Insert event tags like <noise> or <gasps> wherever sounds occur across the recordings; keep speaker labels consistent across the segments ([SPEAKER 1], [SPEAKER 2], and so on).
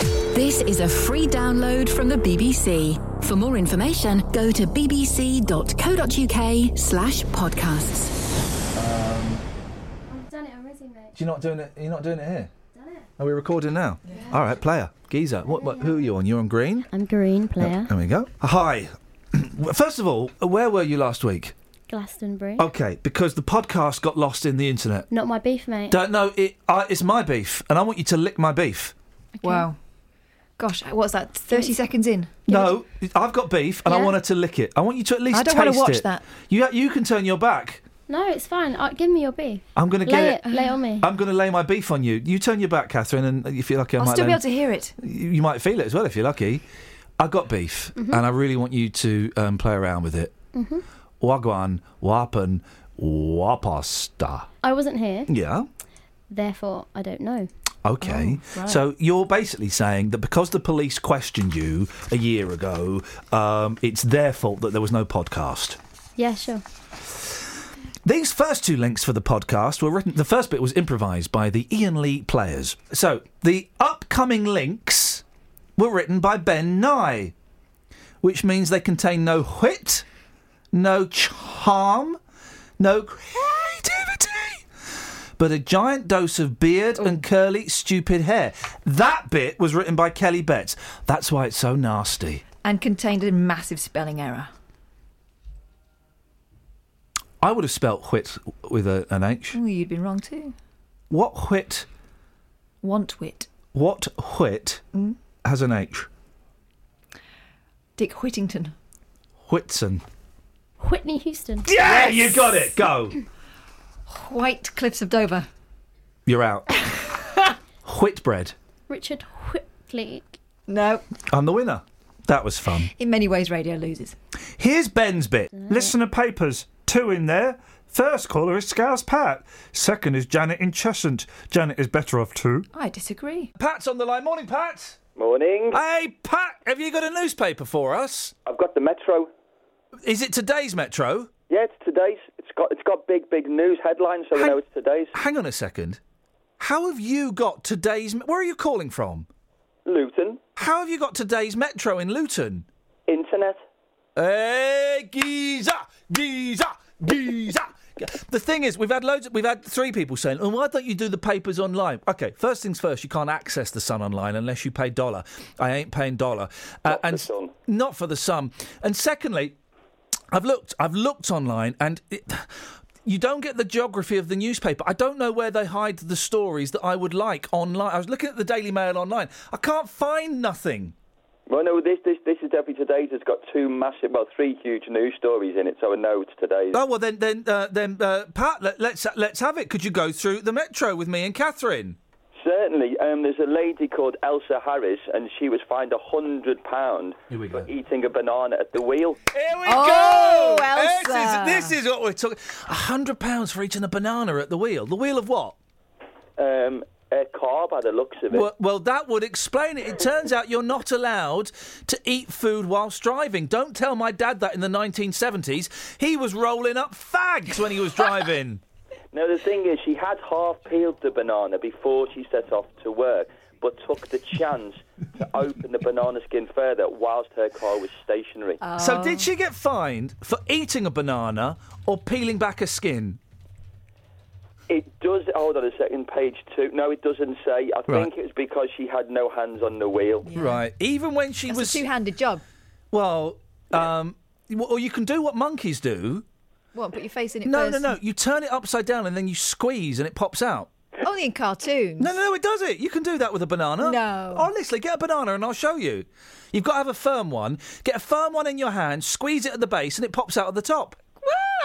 [SPEAKER 1] This is a free download from the BBC. For more information, go to bbc.co.uk slash podcasts.
[SPEAKER 2] I've done it already, mate.
[SPEAKER 3] You're not doing it. You're not doing it here.
[SPEAKER 2] Done it.
[SPEAKER 3] Are we recording now? All right, player. Geezer. What, what? Who are you on? You're on green.
[SPEAKER 2] I'm green player.
[SPEAKER 3] There we go. Hi. <clears throat> First of all, where were you last week?
[SPEAKER 2] Glastonbury.
[SPEAKER 3] Okay, because the podcast got lost in the internet.
[SPEAKER 2] Not my beef, mate.
[SPEAKER 3] Don't know. It, I it's my beef, and I want you to lick my beef.
[SPEAKER 4] Wow. Gosh, uh, what's that? 30 seconds in.
[SPEAKER 3] No, I've got beef, and I
[SPEAKER 2] Yeah.
[SPEAKER 3] want her to lick it. I want you to at least.
[SPEAKER 4] I don't
[SPEAKER 3] taste
[SPEAKER 4] wanna watch
[SPEAKER 3] it.
[SPEAKER 4] that.
[SPEAKER 3] You you can turn your back.
[SPEAKER 2] No, it's fine. Uh, give me your beef.
[SPEAKER 3] I'm gonna get Oh.
[SPEAKER 2] Lay it. Lay it on me.
[SPEAKER 3] I'm gonna lay my beef on you. You turn your back, Catherine, and if you're lucky, I
[SPEAKER 4] I'll
[SPEAKER 3] might.
[SPEAKER 4] still
[SPEAKER 3] lay-
[SPEAKER 4] be able to hear it.
[SPEAKER 3] you you might feel it as well if you're lucky. I've got beef, and I really want you to um, play around with it. Wagwan, wapan, wapasta.
[SPEAKER 2] I wasn't here,
[SPEAKER 3] Yeah.
[SPEAKER 2] therefore I don't know.
[SPEAKER 3] Okay.
[SPEAKER 2] Oh,
[SPEAKER 3] So you're basically saying that because the police questioned you a year ago, um, it's their fault that there was no podcast.
[SPEAKER 2] Yeah, sure.
[SPEAKER 3] These first two links for the podcast were written. The first bit was improvised by the Ian Lee players. So the upcoming links were written by Ben Nye, which means they contain no wit, no charm, no creativity, but a giant dose of beard
[SPEAKER 4] Oh.
[SPEAKER 3] and curly, stupid hair. That bit was written by Kelly Betts. That's why it's so nasty.
[SPEAKER 4] And contained a massive spelling error.
[SPEAKER 3] I would have spelt wit with a, an H.
[SPEAKER 4] Ooh, you'd been wrong too.
[SPEAKER 3] What wit?
[SPEAKER 4] Want wit.
[SPEAKER 3] What wit has an H?
[SPEAKER 4] Dick Whittington.
[SPEAKER 3] Whitson.
[SPEAKER 2] Whitney Houston.
[SPEAKER 3] Yeah, you got it. Go.
[SPEAKER 4] White Cliffs of Dover.
[SPEAKER 3] You're out. Whitbread.
[SPEAKER 2] Richard Whitley.
[SPEAKER 4] No.
[SPEAKER 3] I'm the winner. That was fun.
[SPEAKER 4] In many ways, radio loses.
[SPEAKER 3] Here's Ben's bit. Listener papers. Two in there. First caller is Scouse Pat. Second is Janet Incessant. Janet is better off too.
[SPEAKER 4] I disagree.
[SPEAKER 3] Pat's on the line. Morning, Pat.
[SPEAKER 5] Morning.
[SPEAKER 3] Hey, Pat, have you got a newspaper for us?
[SPEAKER 5] I've got the Metro.
[SPEAKER 3] Is it today's Metro?
[SPEAKER 5] Yeah, it's today's. It's got it's got big big news headlines, so we
[SPEAKER 3] Hang-
[SPEAKER 5] know it's today's.
[SPEAKER 3] Hang on a second. How have you got today's. Where are you calling from?
[SPEAKER 5] Luton
[SPEAKER 3] How have you got today's Metro in Luton? Eh,
[SPEAKER 5] internet.
[SPEAKER 3] Hey, Giza, Giza, Giza. The thing is, we've had loads. We've had three people saying, "Oh, why don't you do the papers online?" Okay, first things first. You can't access the Sun online unless you pay dollar. I ain't paying dollar, uh,
[SPEAKER 5] for
[SPEAKER 3] and
[SPEAKER 5] the Sun.
[SPEAKER 3] not for the Sun. And secondly, I've looked. I've looked online, and it, you don't get the geography of the newspaper. I don't know where they hide the stories that I would like online. I was looking at the Daily Mail online. I can't find nothing.
[SPEAKER 5] Well, no, this this this is definitely today's. It's got two massive, well, three huge news stories in it, so I know it's today's.
[SPEAKER 3] Oh well, then then uh, then uh, Pat, let, let's let's have it. Could you go through the metro with me and Catherine?
[SPEAKER 5] Certainly, um, there's a lady called Elsa Harris, and she was fined a hundred pound
[SPEAKER 3] Here we
[SPEAKER 5] for
[SPEAKER 3] go.
[SPEAKER 5] eating a banana at the wheel.
[SPEAKER 3] Here we
[SPEAKER 4] Oh,
[SPEAKER 3] go.
[SPEAKER 4] Elsa.
[SPEAKER 3] This is, this is what we're talking. A hundred pounds for eating a banana at the wheel. The wheel of what?
[SPEAKER 5] Um, a car, by the looks of it.
[SPEAKER 3] Well, well, that would explain it. It turns out you're not allowed to eat food whilst driving. Don't tell my dad that in the 1970s. He was rolling up fags when he was driving.
[SPEAKER 4] <laughs>
[SPEAKER 5] No, the thing is, she had half peeled the banana before she set off to work, but took the chance
[SPEAKER 3] <laughs>
[SPEAKER 5] to open the banana skin further whilst her car was stationary.
[SPEAKER 4] Oh.
[SPEAKER 3] So did she get fined for eating a banana or peeling back a skin?
[SPEAKER 5] It does. Hold on a second, page two. No, it doesn't say. I
[SPEAKER 3] Right.
[SPEAKER 5] think it was because she had no hands on the wheel.
[SPEAKER 3] Right. Even when she
[SPEAKER 4] It's
[SPEAKER 3] was
[SPEAKER 4] a two handed job.
[SPEAKER 3] Well, um, w- or you can do what monkeys do.
[SPEAKER 4] What, put your face in it
[SPEAKER 3] No, no,
[SPEAKER 4] first?
[SPEAKER 3] no. You turn it upside down and then you squeeze and it pops out.
[SPEAKER 4] Only in cartoons.
[SPEAKER 3] No, no, no, it does it. You can do that with a banana.
[SPEAKER 4] No.
[SPEAKER 3] Honestly, get a banana and I'll show you. You've got to have a firm one. Get a firm one in your hand, squeeze it at the base, and it pops out at the top.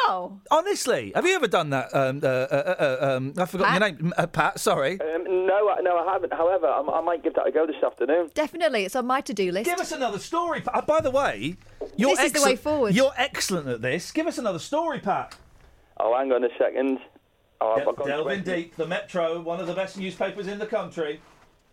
[SPEAKER 4] Wow.
[SPEAKER 3] Honestly, have you ever done that? Um, uh, uh, uh, um, I've forgotten your
[SPEAKER 4] Pat?
[SPEAKER 3] name, uh, Pat. Sorry.
[SPEAKER 5] Um, no, I- no, I haven't. However, I, I might give that a go this afternoon.
[SPEAKER 4] Definitely. It's on my to do list.
[SPEAKER 3] Give us another story. Pat. Uh, by the way, you're
[SPEAKER 4] This is the
[SPEAKER 3] excellent-
[SPEAKER 4] way forward.
[SPEAKER 3] You're excellent at this. Give us another story, Pat.
[SPEAKER 5] Oh, hang on a second. Oh, I've got-
[SPEAKER 3] Delving deep, the Metro, one of the best newspapers in the country.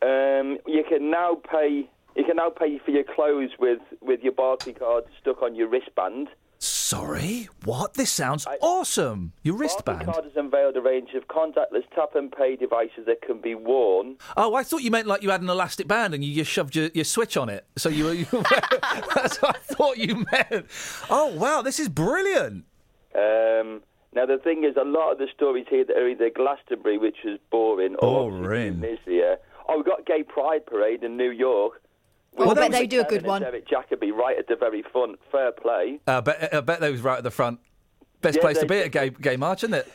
[SPEAKER 5] Um, you can now pay. You can now pay for your clothes with with your Barclay card stuck on your wristband.
[SPEAKER 3] sorry? What? This sounds awesome. Your wristband.
[SPEAKER 5] Barclaycard has unveiled a range of contactless tap and pay devices that can be worn.
[SPEAKER 3] Oh, I thought you meant like you had an elastic band and you just shoved your, your switch on it. So you were. You were
[SPEAKER 5] <laughs>
[SPEAKER 3] <laughs> that's what I thought you meant. Oh, wow, this is brilliant.
[SPEAKER 5] Um, now the thing is, a lot of the stories here that are either Glastonbury, which was boring, or
[SPEAKER 3] Boring.
[SPEAKER 5] this year. Oh, we got Gay Pride Parade in New York.
[SPEAKER 4] Well, I
[SPEAKER 5] With
[SPEAKER 4] bet
[SPEAKER 5] David
[SPEAKER 4] they do a
[SPEAKER 5] Tennant
[SPEAKER 4] good
[SPEAKER 5] and
[SPEAKER 4] one.
[SPEAKER 5] Derek Jacobi right at the very front. Fair play.
[SPEAKER 3] Uh, bet, I bet they was right at the front. Best
[SPEAKER 5] Yeah,
[SPEAKER 3] place to be
[SPEAKER 5] they-
[SPEAKER 3] at gay, gay March, isn't it?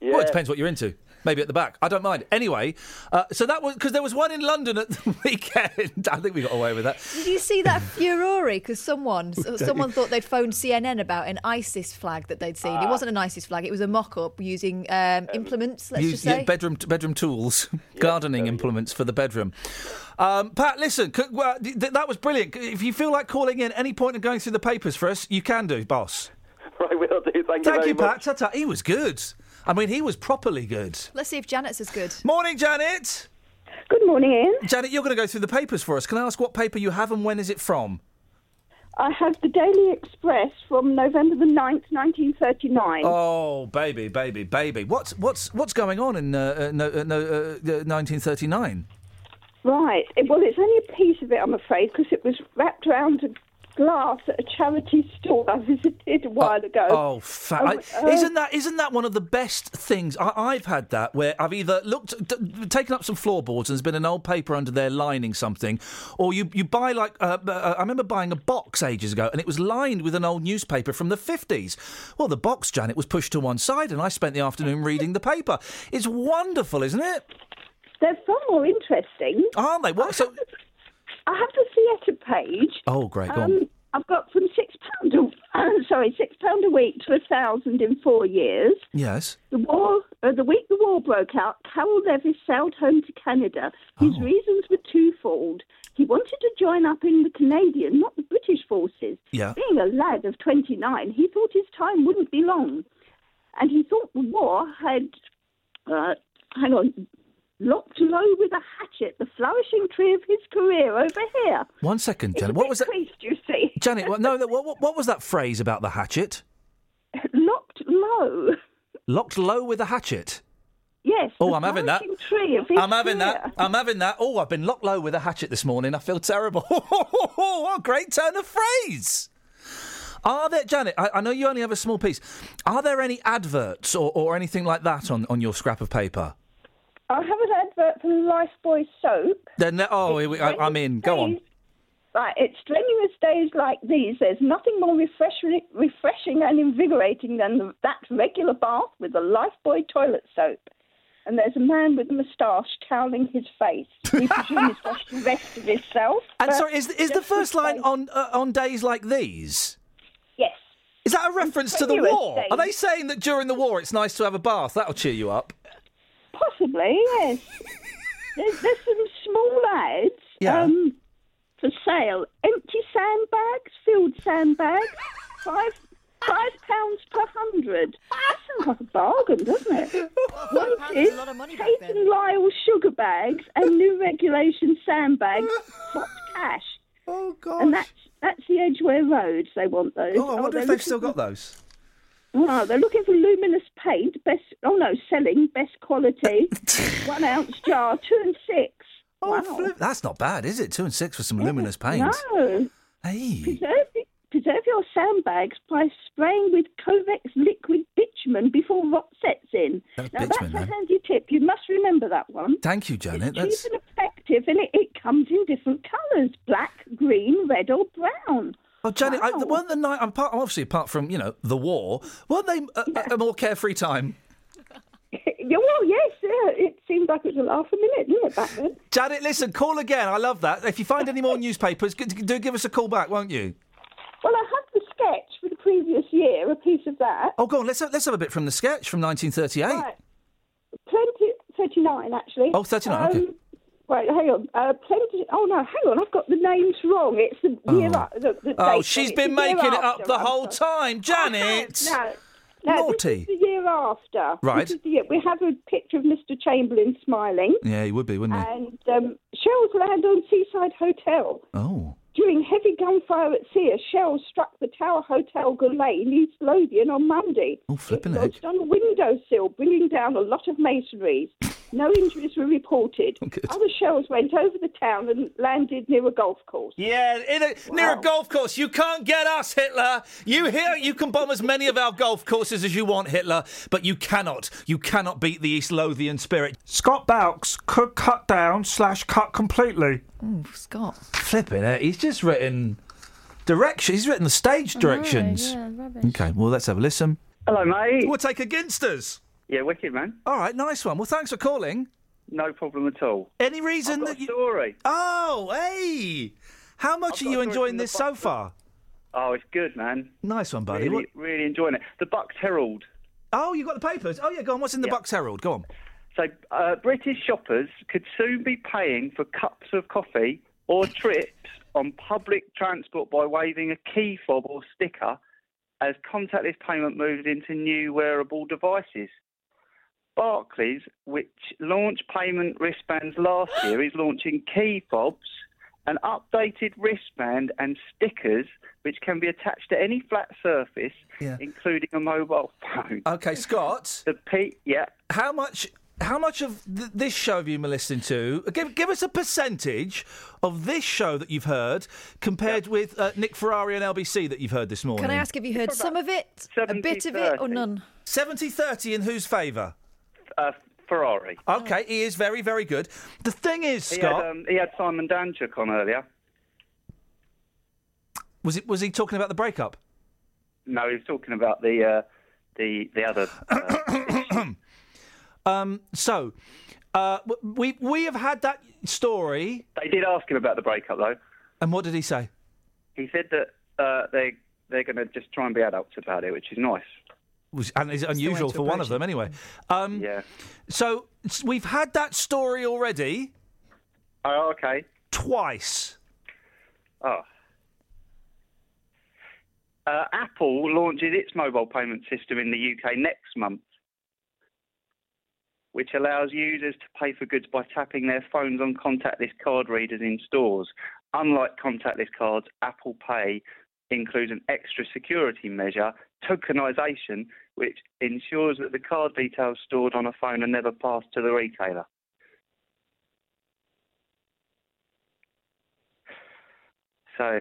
[SPEAKER 5] Yeah.
[SPEAKER 3] Well, it depends what you're into. Maybe at the back. I don't mind. Anyway, uh, so that was because there was one in London at the <laughs> weekend. I think we got away with that.
[SPEAKER 4] Did you see that furore? Because
[SPEAKER 3] <laughs>
[SPEAKER 4] someone, so- someone thought they'd phoned CNN about an ISIS flag that they'd
[SPEAKER 3] Ah.
[SPEAKER 4] seen. it wasn't an ISIS flag; it was a mock-up using um, implements. Let's
[SPEAKER 3] Use
[SPEAKER 4] just say.
[SPEAKER 3] yeah, bedroom bedroom
[SPEAKER 4] <laughs>
[SPEAKER 3] tools, gardening implements for the bedroom. Um, Pat, listen, c- well, th- th- that was brilliant. C- If you feel like calling in any point and going through the papers for us, you can do,
[SPEAKER 5] <laughs>
[SPEAKER 3] boss.
[SPEAKER 5] Right, will do. Thank,
[SPEAKER 3] Thank
[SPEAKER 5] very
[SPEAKER 3] you, Pat.
[SPEAKER 5] much.
[SPEAKER 3] Ta-ta. He was good. I mean, he was properly good.
[SPEAKER 4] Let's see if Janet's as good.
[SPEAKER 3] Morning, Janet.
[SPEAKER 6] Good morning, Ian.
[SPEAKER 3] Janet, you're going to go through the papers for us. Can I ask what paper you have and when is it from?
[SPEAKER 6] I have the Daily Express from November the 9th, 1939.
[SPEAKER 3] Oh, baby, baby, baby. What's what's what's going on in uh, uh, no, uh, no, uh, uh, 1939?
[SPEAKER 6] Right. It- well, it's only a piece of it, I'm afraid, because it was wrapped around a glass at a charity store I <laughs> visited a while ago.
[SPEAKER 3] Oh, fa-
[SPEAKER 6] Oh,
[SPEAKER 3] I-
[SPEAKER 6] uh,
[SPEAKER 3] isn't that isn't that one of the best things? I, I've had that where I've either looked, d- d- taken up some floorboards and there's been an old paper under there lining something, or you you buy like uh, b- uh, I remember buying a box ages ago and it was lined with an old newspaper from the fifties. Well, the box, Janet, was pushed to one side, and I spent the
[SPEAKER 6] <laughs>
[SPEAKER 3] afternoon reading the paper. It's wonderful, isn't it?
[SPEAKER 6] They're far more interesting.
[SPEAKER 3] Aren't they? What? So,
[SPEAKER 6] I have the theatre page.
[SPEAKER 3] oh, great. Go on.
[SPEAKER 6] Um, I've got from six pound a <laughs> sorry six pound a week to a thousand in four years.
[SPEAKER 3] Yes.
[SPEAKER 6] The war, uh, the week the war broke out, Carol Levis sailed home to Canada. His reasons were twofold. He wanted to join up in the Canadian, not the British forces.
[SPEAKER 3] Yeah.
[SPEAKER 6] Being a lad of 29, he thought his time wouldn't be long. And he thought the war had, uh, hang on, locked low with a hatchet the flourishing tree of his career over here.
[SPEAKER 3] One second,
[SPEAKER 6] It's a
[SPEAKER 3] Janet. What
[SPEAKER 6] bit
[SPEAKER 3] was that?
[SPEAKER 6] creased, you see.
[SPEAKER 3] Janet, what,
[SPEAKER 6] <laughs>
[SPEAKER 3] no, no, what, what, what was that phrase about the hatchet?
[SPEAKER 6] Locked low.
[SPEAKER 3] Locked low with a hatchet.
[SPEAKER 6] Yes.
[SPEAKER 3] Oh,
[SPEAKER 6] the
[SPEAKER 3] I'm having that.
[SPEAKER 6] flourishing tree of his
[SPEAKER 3] I'm having
[SPEAKER 6] career.
[SPEAKER 3] that. I'm having that. Oh, I've been locked low with a hatchet this morning. I feel terrible. <laughs> what a great turn of phrase. Are there, Janet, I, I know you only have a small piece. Are there any adverts or, or anything like that on, on your scrap of paper?
[SPEAKER 6] I have an advert for Lifebuoy soap.
[SPEAKER 3] Then, there- oh, here we, I, I'm in. Go on.
[SPEAKER 6] Right, it's strenuous days like these. There's nothing more refreshing, refreshing and invigorating than the, that regular bath with the Lifebuoy toilet soap. And there's a man with a moustache toweling his face. We presume he's washed the rest of himself.
[SPEAKER 3] <laughs> And
[SPEAKER 6] but
[SPEAKER 3] sorry, is, is the
[SPEAKER 6] just
[SPEAKER 3] first
[SPEAKER 6] his
[SPEAKER 3] line
[SPEAKER 6] face.
[SPEAKER 3] on uh, on days like these?
[SPEAKER 6] Yes.
[SPEAKER 3] Is that a reference to the
[SPEAKER 6] strenuous
[SPEAKER 3] war? Are
[SPEAKER 6] days.
[SPEAKER 3] they saying that during the war it's nice to have a bath? That'll cheer you up.
[SPEAKER 6] Possibly,
[SPEAKER 3] <laughs>
[SPEAKER 6] yes. there's, there's some small ads
[SPEAKER 3] Yeah.
[SPEAKER 6] um, for sale. Empty sandbags, filled sandbags, five five pounds per hundred. That sounds like a bargain, doesn't it?
[SPEAKER 4] Five pounds is a lot of money back
[SPEAKER 6] Tate
[SPEAKER 4] then.
[SPEAKER 6] and Lyle sugar bags and new regulation sandbags,
[SPEAKER 3] <laughs>
[SPEAKER 6] hot cash.
[SPEAKER 3] Oh, God.
[SPEAKER 6] And that's that's the Edgware Road. They want those.
[SPEAKER 3] Oh, I wonder
[SPEAKER 6] they're
[SPEAKER 3] if they've
[SPEAKER 6] looking
[SPEAKER 3] still
[SPEAKER 6] for-
[SPEAKER 3] got those.
[SPEAKER 6] Oh, they're looking for luminous paint, best. Oh no, selling best
[SPEAKER 3] <laughs>
[SPEAKER 6] quality, one ounce jar, two and six.
[SPEAKER 3] Oh,
[SPEAKER 6] wow.
[SPEAKER 3] flip. That's not bad, is it? Two and six for some luminous paint.
[SPEAKER 6] No,
[SPEAKER 3] Hey.
[SPEAKER 6] preserve, preserve your sandbags by spraying with Covex liquid bitumen before rot sets in.
[SPEAKER 3] That's
[SPEAKER 6] now
[SPEAKER 3] bitumen,
[SPEAKER 6] that's
[SPEAKER 3] man.
[SPEAKER 6] a handy tip. You must remember that one.
[SPEAKER 3] Thank you, Janet.
[SPEAKER 6] It's
[SPEAKER 3] That's
[SPEAKER 6] cheap and effective, and it, it comes in different colours: black, green, red, or brown. <laughs>
[SPEAKER 3] oh, Janet. I,
[SPEAKER 6] Wow.
[SPEAKER 3] weren't the night? Apart, obviously, apart from you know the war, weren't they a, a- a more carefree time?
[SPEAKER 6] yeah, well, yes, yeah, it seemed like it was a laugh a minute, didn't it, back then?
[SPEAKER 3] Janet, listen, call again. I love that. If you find any more newspapers, g- do give us a call back, won't you?
[SPEAKER 6] Well, I have the sketch for the previous year, a piece of that.
[SPEAKER 3] Oh, go on. Let's have, let's have a bit from the sketch from 1938.
[SPEAKER 6] Right. Plenty, 39 actually. Um,
[SPEAKER 3] Oh, 39, okay.
[SPEAKER 6] Right, hang on. Uh, plenty. Oh no, hang on. I've got the names wrong. It's the year.
[SPEAKER 3] Oh.
[SPEAKER 6] a- The, the
[SPEAKER 3] Oh,
[SPEAKER 6] date,
[SPEAKER 3] she's
[SPEAKER 6] it's the
[SPEAKER 3] been
[SPEAKER 6] year
[SPEAKER 3] making it up
[SPEAKER 6] after,
[SPEAKER 3] the
[SPEAKER 6] I'm
[SPEAKER 3] whole
[SPEAKER 6] sorry.
[SPEAKER 3] time, Janet.
[SPEAKER 6] No, no,
[SPEAKER 3] Naughty.
[SPEAKER 6] This is the year after.
[SPEAKER 3] Right.
[SPEAKER 6] This is the year. We have a picture of Mr. Chamberlain smiling, Uh,
[SPEAKER 3] Yeah, he would be, wouldn't he?
[SPEAKER 6] and um, Cheryl's Land on Seaside Hotel.
[SPEAKER 3] oh,
[SPEAKER 6] Do During heavy gunfire at sea, a shell struck the Tower Hotel Goulet in East Lothian on Monday.
[SPEAKER 3] Oh, flipping
[SPEAKER 6] it
[SPEAKER 3] heck.
[SPEAKER 6] lodged on a windowsill, bringing down a lot of masonry. No injuries were reported.
[SPEAKER 3] <laughs> good.
[SPEAKER 6] Other shells went over the town and landed near a golf course.
[SPEAKER 3] Yeah, in a, near a golf course. You can't get us, Hitler. You here, you can bomb as many of our golf courses as you want, Hitler, but you cannot. You cannot beat the East Lothian spirit. Scott Bowkes could cut down slash cut completely.
[SPEAKER 4] Ooh, Scott.
[SPEAKER 3] Flipping it. He's just written direction. He's written the stage directions.
[SPEAKER 2] yeah, rubbish.
[SPEAKER 3] Okay, well let's have a listen.
[SPEAKER 7] Hello, mate.
[SPEAKER 3] We'll take against us.
[SPEAKER 7] Yeah, wicked, man.
[SPEAKER 3] All right, nice one. Well, thanks for calling.
[SPEAKER 7] No problem at all.
[SPEAKER 3] Any reason
[SPEAKER 7] Got
[SPEAKER 3] that
[SPEAKER 7] a
[SPEAKER 3] you?
[SPEAKER 7] story.
[SPEAKER 3] Oh, hey! How much
[SPEAKER 7] I've
[SPEAKER 3] are
[SPEAKER 7] got
[SPEAKER 3] you
[SPEAKER 7] a story
[SPEAKER 3] enjoying
[SPEAKER 7] from the
[SPEAKER 3] this so
[SPEAKER 7] Bucks.
[SPEAKER 3] far?
[SPEAKER 7] Oh, it's good, man.
[SPEAKER 3] Nice one, buddy.
[SPEAKER 7] Really,
[SPEAKER 3] What-
[SPEAKER 7] really enjoying it. The Bucks Herald.
[SPEAKER 3] Oh, you got the papers. Oh yeah, go on. What's in the
[SPEAKER 7] Yeah.
[SPEAKER 3] Bucks Herald? Go on.
[SPEAKER 7] So, uh, British shoppers could soon be paying for cups of coffee or trips on public transport by waving a key fob or sticker as contactless payment moves into new wearable devices. Barclays, which launched payment wristbands last year, is launching key fobs, an updated wristband, and stickers which can be attached to any flat surface,
[SPEAKER 3] Yeah.
[SPEAKER 7] including a mobile <laughs> phone.
[SPEAKER 3] Okay, Scott.
[SPEAKER 7] the P, yeah.
[SPEAKER 3] How much? How much of th- this show have you been listening to? Give, give us a percentage of this show that you've heard compared with uh, Nick Ferrari and LBC that you've heard this morning.
[SPEAKER 4] Can I ask if you heard some of it, a bit of it, or
[SPEAKER 7] 70-30.
[SPEAKER 4] none?
[SPEAKER 3] 70 30 in whose favour?
[SPEAKER 7] uh, Ferrari.
[SPEAKER 3] Okay, he is very, very good. The thing is,
[SPEAKER 7] He
[SPEAKER 3] Scott,
[SPEAKER 7] had, um, he had Simon Danchuk on earlier.
[SPEAKER 3] was, it, was he talking about the breakup?
[SPEAKER 7] No, he was talking about the uh, the the other. Uh,
[SPEAKER 3] <coughs> Um, So, uh, w- we, we have had that story,
[SPEAKER 7] they did ask him about the breakup though.
[SPEAKER 3] and what did he say?
[SPEAKER 7] He said that uh, they they're going to just try and be adults about it, which is nice.
[SPEAKER 3] Which, and is unusual
[SPEAKER 4] to
[SPEAKER 3] for one
[SPEAKER 4] approach
[SPEAKER 3] of them, anyway. Um,
[SPEAKER 7] Yeah.
[SPEAKER 3] So, s- we've had that story already
[SPEAKER 7] Oh, okay.
[SPEAKER 3] twice.
[SPEAKER 7] Oh. Uh, Apple launches its mobile payment system in the UK next month, which allows users to pay for goods by tapping their phones on contactless card readers in stores. Unlike contactless cards, Apple Pay includes an extra security measure, tokenization, which ensures that the card details stored on a phone are never passed to the retailer. So,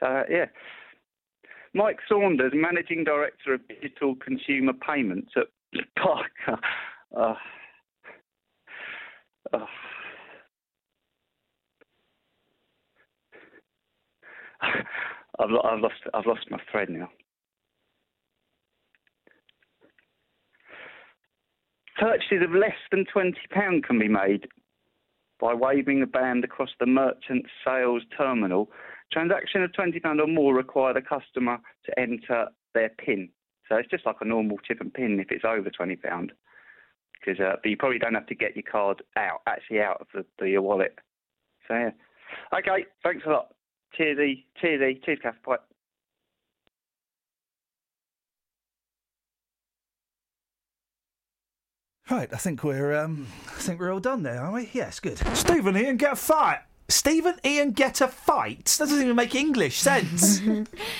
[SPEAKER 7] so yeah. Mike Saunders, managing director of digital consumer payments at <laughs> Parker. Uh, uh. <laughs> I've, lo- I've lost. I've lost my thread now. Purchases of less than twenty pound can be made by waving a band across the merchant sales terminal. Transaction of £20 or more require the customer to enter their PIN. So it's just like a normal chip and PIN if it's over £20. Because uh, but you probably don't have to get your card out, actually out of the, the your wallet. So yeah. Okay, thanks a lot. Cheers, E. Cheers, E. Cheers, Kath. Bye.
[SPEAKER 3] Right, I think we're um, I think we're all done there, aren't we? Yes, good. Stephen Ian get a fight. Stephen Ian get a fight. That doesn't even make English sense.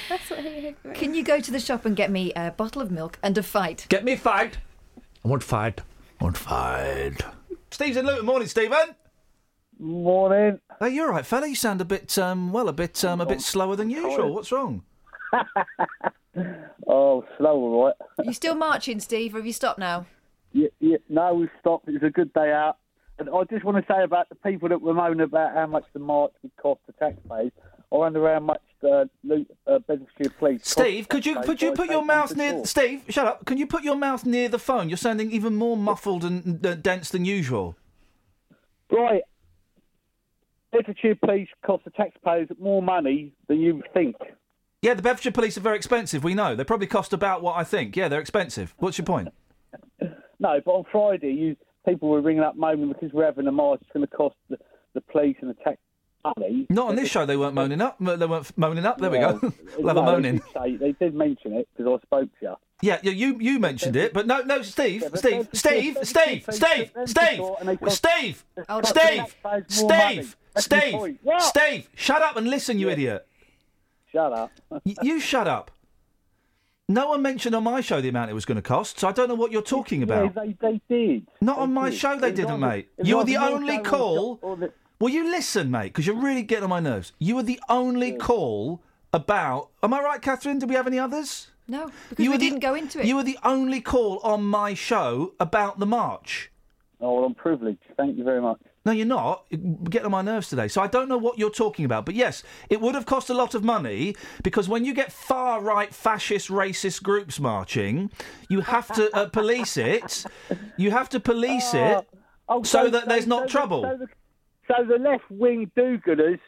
[SPEAKER 2] That's what he had written.
[SPEAKER 4] Can you go to the shop and get me a bottle of milk and a fight?
[SPEAKER 3] get me a fight. I want fight. I want fight. Steve's in Luton. Morning, Stephen.
[SPEAKER 8] Morning.
[SPEAKER 3] Oh, you're all right, fella. You sound a bit um, well, a bit um, a bit slower than usual. What's wrong?
[SPEAKER 8] Oh, slow, all right.
[SPEAKER 4] Are you still marching, Steve, or have you stopped now?
[SPEAKER 8] Yeah, yeah, no, we've stopped. It was a good day out. And I just want to say about the people that moan about how much the march would cost the taxpayers. I wonder how much the Lu- uh, Bedfordshire police. cost
[SPEAKER 3] Steve, could you
[SPEAKER 8] taxpayers
[SPEAKER 3] could you
[SPEAKER 8] by
[SPEAKER 3] put your
[SPEAKER 8] taking
[SPEAKER 3] mouth
[SPEAKER 8] to
[SPEAKER 3] near
[SPEAKER 8] court.
[SPEAKER 3] Steve? Shut up. Can you put your mouth near the phone? You're sounding even more muffled and uh, dense than usual.
[SPEAKER 8] Right. Bedfordshire police cost the taxpayers more money than you think.
[SPEAKER 3] Yeah, the Bedfordshire police are very expensive. We know they probably cost about what I think. Yeah, they're expensive. What's your point?
[SPEAKER 8] No, but on Friday, you people were ringing up moaning because we're having a march. It's going to cost the, the police and the tax. funny.
[SPEAKER 3] Not on this show. They weren't moaning up. Mo- They weren't f- moaning up. There we go. <laughs> we'll have a
[SPEAKER 8] No, they
[SPEAKER 3] moaning.
[SPEAKER 8] did say- They did mention it because I spoke to you.
[SPEAKER 3] Yeah, you- you you mentioned it, but no, no, Steve,
[SPEAKER 8] Yeah, but
[SPEAKER 3] Steve,
[SPEAKER 8] they've-
[SPEAKER 3] Steve,
[SPEAKER 8] they've-
[SPEAKER 3] Steve,
[SPEAKER 8] they've-
[SPEAKER 3] Steve,
[SPEAKER 8] they've-
[SPEAKER 3] Steve,
[SPEAKER 8] and they've got-
[SPEAKER 3] Steve,
[SPEAKER 4] Oh, that's
[SPEAKER 3] Steve,
[SPEAKER 8] right. That's more money.
[SPEAKER 3] Steve,
[SPEAKER 8] That's the
[SPEAKER 3] Steve,
[SPEAKER 8] point. Yeah.
[SPEAKER 3] Steve. Shut up and listen, you idiot.
[SPEAKER 8] Shut up.
[SPEAKER 3] Y- You shut up. No one mentioned on my show the amount it was going to cost, so I don't know what you're talking
[SPEAKER 8] Yeah,
[SPEAKER 3] about.
[SPEAKER 8] they, they did.
[SPEAKER 3] Not
[SPEAKER 8] They
[SPEAKER 3] on my
[SPEAKER 8] did.
[SPEAKER 3] show, they
[SPEAKER 8] It was
[SPEAKER 3] didn't,
[SPEAKER 8] either-
[SPEAKER 3] mate.
[SPEAKER 8] it was
[SPEAKER 3] You were
[SPEAKER 8] either
[SPEAKER 3] the
[SPEAKER 8] your show
[SPEAKER 3] only
[SPEAKER 8] or the-
[SPEAKER 3] call.
[SPEAKER 8] or the-
[SPEAKER 3] Will you listen, mate? Because you're really getting on my nerves. You were the only call about. Am I right, Catherine? Did we have any others?
[SPEAKER 4] No, because
[SPEAKER 3] you
[SPEAKER 4] we
[SPEAKER 3] were the-
[SPEAKER 4] didn't go into it.
[SPEAKER 3] You were the only call on my show about the march.
[SPEAKER 8] Oh, well, I'm privileged. Thank you very much.
[SPEAKER 3] No, you're not. Get on my nerves today. So I don't know what you're talking about. But yes, it would have cost a lot of money because when you get far right, fascist, racist groups marching, you have to uh, police it. You have to police it.
[SPEAKER 8] Oh,
[SPEAKER 3] So that there's not
[SPEAKER 8] so the-
[SPEAKER 3] trouble.
[SPEAKER 8] so, the, so the left-wing do-gooders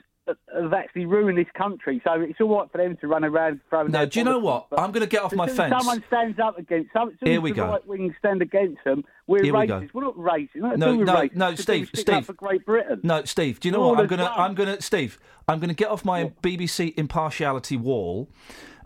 [SPEAKER 8] have actually ruined this country. So it's all right for them to run around throwing.
[SPEAKER 3] No,
[SPEAKER 8] their
[SPEAKER 3] do you know what?
[SPEAKER 8] politics, but
[SPEAKER 3] I'm going to get off
[SPEAKER 8] as
[SPEAKER 3] my
[SPEAKER 8] soon as
[SPEAKER 3] fence.
[SPEAKER 8] Someone stands up against. Some, as soon
[SPEAKER 3] Here
[SPEAKER 8] as
[SPEAKER 3] we
[SPEAKER 8] the
[SPEAKER 3] go.
[SPEAKER 8] Right wing stand against them. We're
[SPEAKER 3] Here we go.
[SPEAKER 8] racist. We are not racist. We're not
[SPEAKER 3] No,
[SPEAKER 8] doing
[SPEAKER 3] no,
[SPEAKER 8] racist.
[SPEAKER 3] no,
[SPEAKER 8] We're doing
[SPEAKER 3] Steve,
[SPEAKER 8] sticking up
[SPEAKER 3] Steve.
[SPEAKER 8] for Great Britain.
[SPEAKER 3] No, Steve. Do you know
[SPEAKER 8] All
[SPEAKER 3] what? I'm
[SPEAKER 8] is
[SPEAKER 3] gonna,
[SPEAKER 8] one.
[SPEAKER 3] I'm gonna, Steve. I'm gonna get off my BBC impartiality wall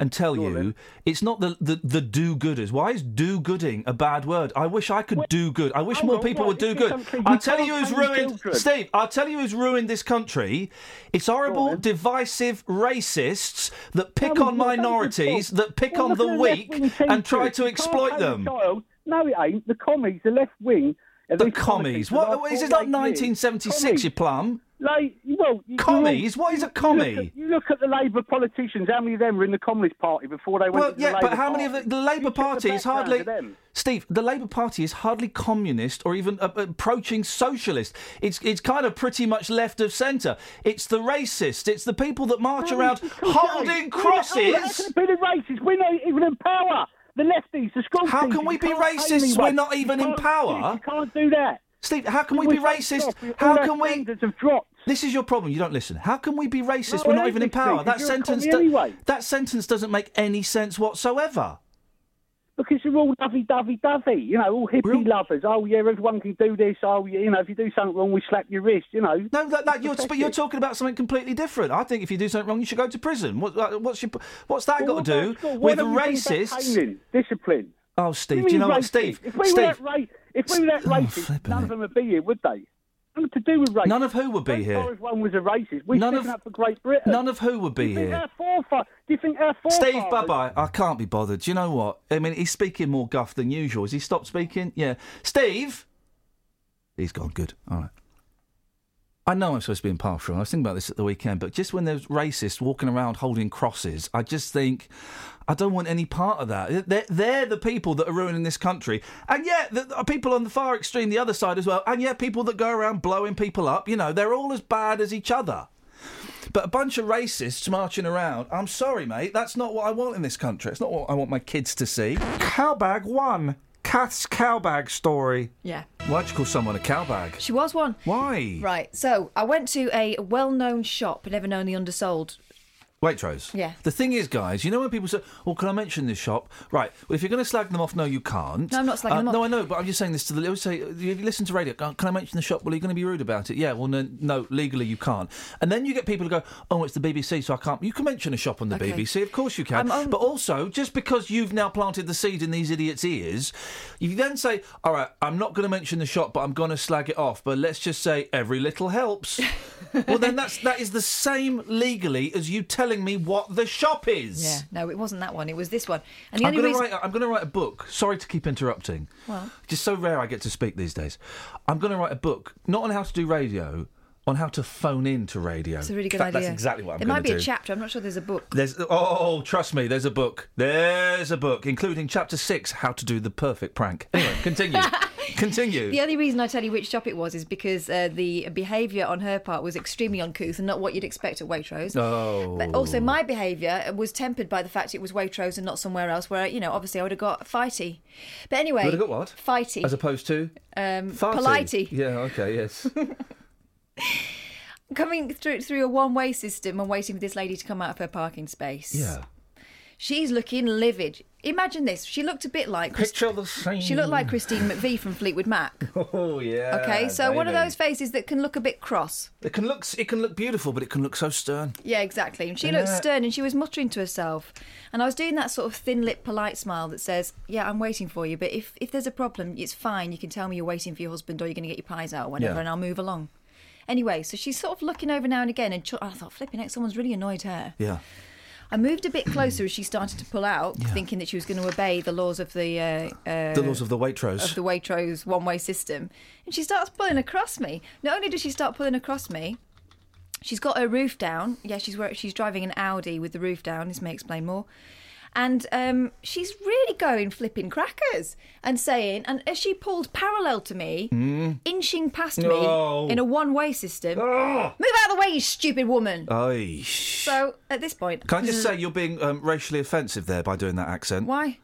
[SPEAKER 3] and tell you it's not the the, the do-gooders. Why is do-gooding a bad word? I wish I could do good. I wish
[SPEAKER 8] hang
[SPEAKER 3] more
[SPEAKER 8] on,
[SPEAKER 3] people
[SPEAKER 8] right,
[SPEAKER 3] would do
[SPEAKER 8] this
[SPEAKER 3] good.
[SPEAKER 8] is something
[SPEAKER 3] I'll
[SPEAKER 8] you
[SPEAKER 3] tell you
[SPEAKER 8] can't
[SPEAKER 3] who's
[SPEAKER 8] tell your
[SPEAKER 3] ruined,
[SPEAKER 8] children.
[SPEAKER 3] Steve. I'll tell you who's ruined this country. It's horrible,
[SPEAKER 8] on.
[SPEAKER 3] divisive racists that pick
[SPEAKER 8] No,
[SPEAKER 3] on
[SPEAKER 8] we've got
[SPEAKER 3] minorities,
[SPEAKER 8] those before.
[SPEAKER 3] that pick
[SPEAKER 8] Well,
[SPEAKER 3] on
[SPEAKER 8] look
[SPEAKER 3] the
[SPEAKER 8] at
[SPEAKER 3] weak,
[SPEAKER 8] left-wing
[SPEAKER 3] and
[SPEAKER 8] teachers.
[SPEAKER 3] try to
[SPEAKER 8] You can't
[SPEAKER 3] exploit
[SPEAKER 8] pay
[SPEAKER 3] them.
[SPEAKER 8] the child. No, it ain't. The commies, the left wing.
[SPEAKER 3] The commies. What is this like 1976? You plum.
[SPEAKER 8] Like, well, you-
[SPEAKER 3] Commies? What is a
[SPEAKER 8] You look,
[SPEAKER 3] commie?
[SPEAKER 8] at, you look at the Labour politicians. How many of them were in the Communist Party before they went
[SPEAKER 3] Well,
[SPEAKER 8] to the
[SPEAKER 3] yeah,
[SPEAKER 8] Labour
[SPEAKER 3] but how many
[SPEAKER 8] Party?
[SPEAKER 3] of the, the
[SPEAKER 8] You
[SPEAKER 3] Labour
[SPEAKER 8] check
[SPEAKER 3] Party is
[SPEAKER 8] background
[SPEAKER 3] hardly
[SPEAKER 8] of them.
[SPEAKER 3] Steve? The Labour Party is hardly communist or even uh, approaching socialist. It's it's kind of pretty much left of centre. It's the racists. It's the people that march
[SPEAKER 8] Oh, <laughs>
[SPEAKER 3] around holding
[SPEAKER 8] We're not
[SPEAKER 3] crosses.
[SPEAKER 8] going to be the racists. We're not even in power. The lefties, the school
[SPEAKER 3] How can
[SPEAKER 8] teachers,
[SPEAKER 3] we
[SPEAKER 8] you
[SPEAKER 3] be
[SPEAKER 8] can't pay
[SPEAKER 3] racists? We're
[SPEAKER 8] anyone.
[SPEAKER 3] not even
[SPEAKER 8] You
[SPEAKER 3] in
[SPEAKER 8] can't
[SPEAKER 3] power.
[SPEAKER 8] do- You can't do that.
[SPEAKER 3] Steve, how can we be
[SPEAKER 8] We're
[SPEAKER 3] racist?
[SPEAKER 8] fucked off. All
[SPEAKER 3] How
[SPEAKER 8] our
[SPEAKER 3] can we?
[SPEAKER 8] standards have dropped.
[SPEAKER 3] This is your problem. You don't listen. How can we be racist?
[SPEAKER 8] No,
[SPEAKER 3] We're
[SPEAKER 8] I
[SPEAKER 3] not
[SPEAKER 8] don't
[SPEAKER 3] even in
[SPEAKER 8] listen,
[SPEAKER 3] power.
[SPEAKER 8] 'cause
[SPEAKER 3] That
[SPEAKER 8] you're a
[SPEAKER 3] sentence.
[SPEAKER 8] commie
[SPEAKER 3] do-
[SPEAKER 8] anyway.
[SPEAKER 3] That sentence doesn't make any sense whatsoever.
[SPEAKER 8] Because you're all lovey dovey dovey, you know, all hippie
[SPEAKER 3] We're all-
[SPEAKER 8] lovers. Oh yeah, everyone can do this. Oh yeah, you know, if you do something wrong, we slap your wrist. You know.
[SPEAKER 3] No, that, that you're, but you're
[SPEAKER 8] Pathetic.
[SPEAKER 3] talking about something completely different. I think if you do something wrong, you should go to prison. What, uh, what's your, what's that
[SPEAKER 8] Well,
[SPEAKER 3] got to
[SPEAKER 8] what
[SPEAKER 3] do
[SPEAKER 8] about school? Why
[SPEAKER 3] with
[SPEAKER 8] don't we bring back
[SPEAKER 3] racists?
[SPEAKER 8] caning? Discipline.
[SPEAKER 3] Oh, Steve,
[SPEAKER 8] What
[SPEAKER 3] do you
[SPEAKER 8] mean
[SPEAKER 3] know what,
[SPEAKER 8] racist?
[SPEAKER 3] Steve?
[SPEAKER 8] If we were
[SPEAKER 3] Steve,
[SPEAKER 8] that ra- if we were that
[SPEAKER 3] Oh,
[SPEAKER 8] racist,
[SPEAKER 3] flippin'
[SPEAKER 8] none of
[SPEAKER 3] it.
[SPEAKER 8] them would be here, would they? Nothing to do with race.
[SPEAKER 3] None of who would be
[SPEAKER 8] As
[SPEAKER 3] here?
[SPEAKER 8] far as one was a racist, we're
[SPEAKER 3] None
[SPEAKER 8] sticking
[SPEAKER 3] of-
[SPEAKER 8] up for Great Britain.
[SPEAKER 3] none of who would
[SPEAKER 8] do
[SPEAKER 3] be
[SPEAKER 8] you think
[SPEAKER 3] here.
[SPEAKER 8] our forefa- Do you think our uh, forefathers?
[SPEAKER 3] Steve, bye bye. I can't be bothered. Do you know what? I mean, he's speaking more guff than usual. Has he stopped speaking? Yeah. Steve? He's gone. Good. All right. I know I'm supposed to be impartial. and I was thinking about this at the weekend, but just when there's racists walking around holding crosses, I just think I don't want any part of that. They're, they're the people that are ruining this country. And yeah, the, the people on the far extreme, the other side as well. And yeah, people that go around blowing people up, you know, they're all as bad as each other. But a bunch of racists marching around, I'm sorry, mate, that's not what I want in this country. It's not what I want my kids to see. Cowbag one. Kath's cowbag story.
[SPEAKER 4] yeah,
[SPEAKER 3] Why'd you call someone a cowbag?
[SPEAKER 4] she was one.
[SPEAKER 3] Why?
[SPEAKER 4] Right, so I went to a well-known shop, never known the undersold.
[SPEAKER 3] Waitrose.
[SPEAKER 4] Yeah.
[SPEAKER 3] The thing is, guys, you know when people say, "Oh, can I mention this shop?" Right. Well, if you're going to slag them off, no, you can't. Uh,
[SPEAKER 4] No, I'm not slagging them off.
[SPEAKER 3] No, I know, but I'm just saying this to the. I always say, if you listen to radio, "Oh, can I mention the shop? Well, you're going to be rude about it. Yeah. Well, no, no, legally you can't. And then you get people who go, "Oh, it's the BBC, so I can't." You can mention a shop on the
[SPEAKER 4] Okay.
[SPEAKER 3] BBC, of course you can.
[SPEAKER 4] I'm on-
[SPEAKER 3] But also, just because you've now planted the seed in these idiots' ears, you then say, "All right, I'm not going to mention the shop, but I'm going to slag it off." But let's just say, every little
[SPEAKER 4] <laughs>
[SPEAKER 3] helps. well, then that's that is the same legally as you telling me what the shop is.
[SPEAKER 4] Yeah, no, it wasn't that one. It was this one. And the
[SPEAKER 3] I'm
[SPEAKER 4] only
[SPEAKER 3] going to
[SPEAKER 4] reason
[SPEAKER 3] write. I'm going to write a book. Sorry to keep interrupting.
[SPEAKER 4] Well.
[SPEAKER 3] just so rare I get to speak these days. I'm going to write a book, not on how to do radio, on how to phone in to radio.
[SPEAKER 4] it's a really
[SPEAKER 3] In
[SPEAKER 4] good
[SPEAKER 3] fact,
[SPEAKER 4] idea.
[SPEAKER 3] That's exactly what I'm
[SPEAKER 4] There
[SPEAKER 3] going
[SPEAKER 4] might
[SPEAKER 3] to
[SPEAKER 4] be
[SPEAKER 3] do.
[SPEAKER 4] a chapter. I'm not sure there's a book.
[SPEAKER 3] There's oh, trust me, there's a book. There's a book, including chapter six, how to do the perfect prank.
[SPEAKER 4] <laughs>
[SPEAKER 3] Anyway, continue, continue.
[SPEAKER 4] The only reason I tell you which shop it was is because uh, the behaviour on her part was extremely uncouth and not what you'd expect at Waitrose.
[SPEAKER 3] Oh.
[SPEAKER 4] But also, my behaviour was tempered by the fact it was Waitrose and not somewhere else where, you know, obviously I would have got fighty. But anyway.
[SPEAKER 3] You would have got what?
[SPEAKER 4] Fighty.
[SPEAKER 3] As opposed to
[SPEAKER 4] um,
[SPEAKER 3] farty.
[SPEAKER 4] politey.
[SPEAKER 3] Yeah. Okay. Yes. <laughs>
[SPEAKER 4] Coming through through a one way system and waiting for this lady to come out of her parking space.
[SPEAKER 3] yeah.
[SPEAKER 4] She's looking livid. Imagine this. She looked a bit like. Christ-
[SPEAKER 3] Picture the scene.
[SPEAKER 4] She looked like Christine McVie from Fleetwood Mac.
[SPEAKER 3] Oh <laughs> yeah.
[SPEAKER 4] Okay, so one of
[SPEAKER 3] baby.
[SPEAKER 4] those faces that can look a bit cross.
[SPEAKER 3] It can look. It can look beautiful, but it can look so stern.
[SPEAKER 4] Yeah, exactly. And she looked
[SPEAKER 3] Yeah.
[SPEAKER 4] stern and she was muttering to herself. And I was doing that sort of thin lipped, polite smile that says, Yeah, I'm waiting for you, but if, if there's a problem, it's fine. You can tell me you're waiting for your husband or you're going to get your pies out or whatever,
[SPEAKER 3] Yeah.
[SPEAKER 4] and I'll move along. Anyway, so she's sort of looking over now and again, and ch- I thought, flipping heck, someone's really annoyed her.
[SPEAKER 3] Yeah.
[SPEAKER 4] I moved a bit closer as she started to pull out, thinking that she was going to obey the laws of the uh, uh,
[SPEAKER 3] The laws of the Waitrose.
[SPEAKER 4] of the Waitrose one way system. And she starts pulling across me. Not only does she start pulling across me, she's got her roof down. Yeah, she's wor- she's driving an Audi with the roof down. This may explain more. And um, she's really going flipping crackers and saying, and as she pulled parallel to me, inching past me
[SPEAKER 3] Hmm. No. Ah!
[SPEAKER 4] in a one way system, move out of the way, you stupid woman.
[SPEAKER 3] Aye.
[SPEAKER 4] so at this point,
[SPEAKER 3] Can I just say you're being um, racially offensive there by doing that accent?
[SPEAKER 4] Mm-hmm. why?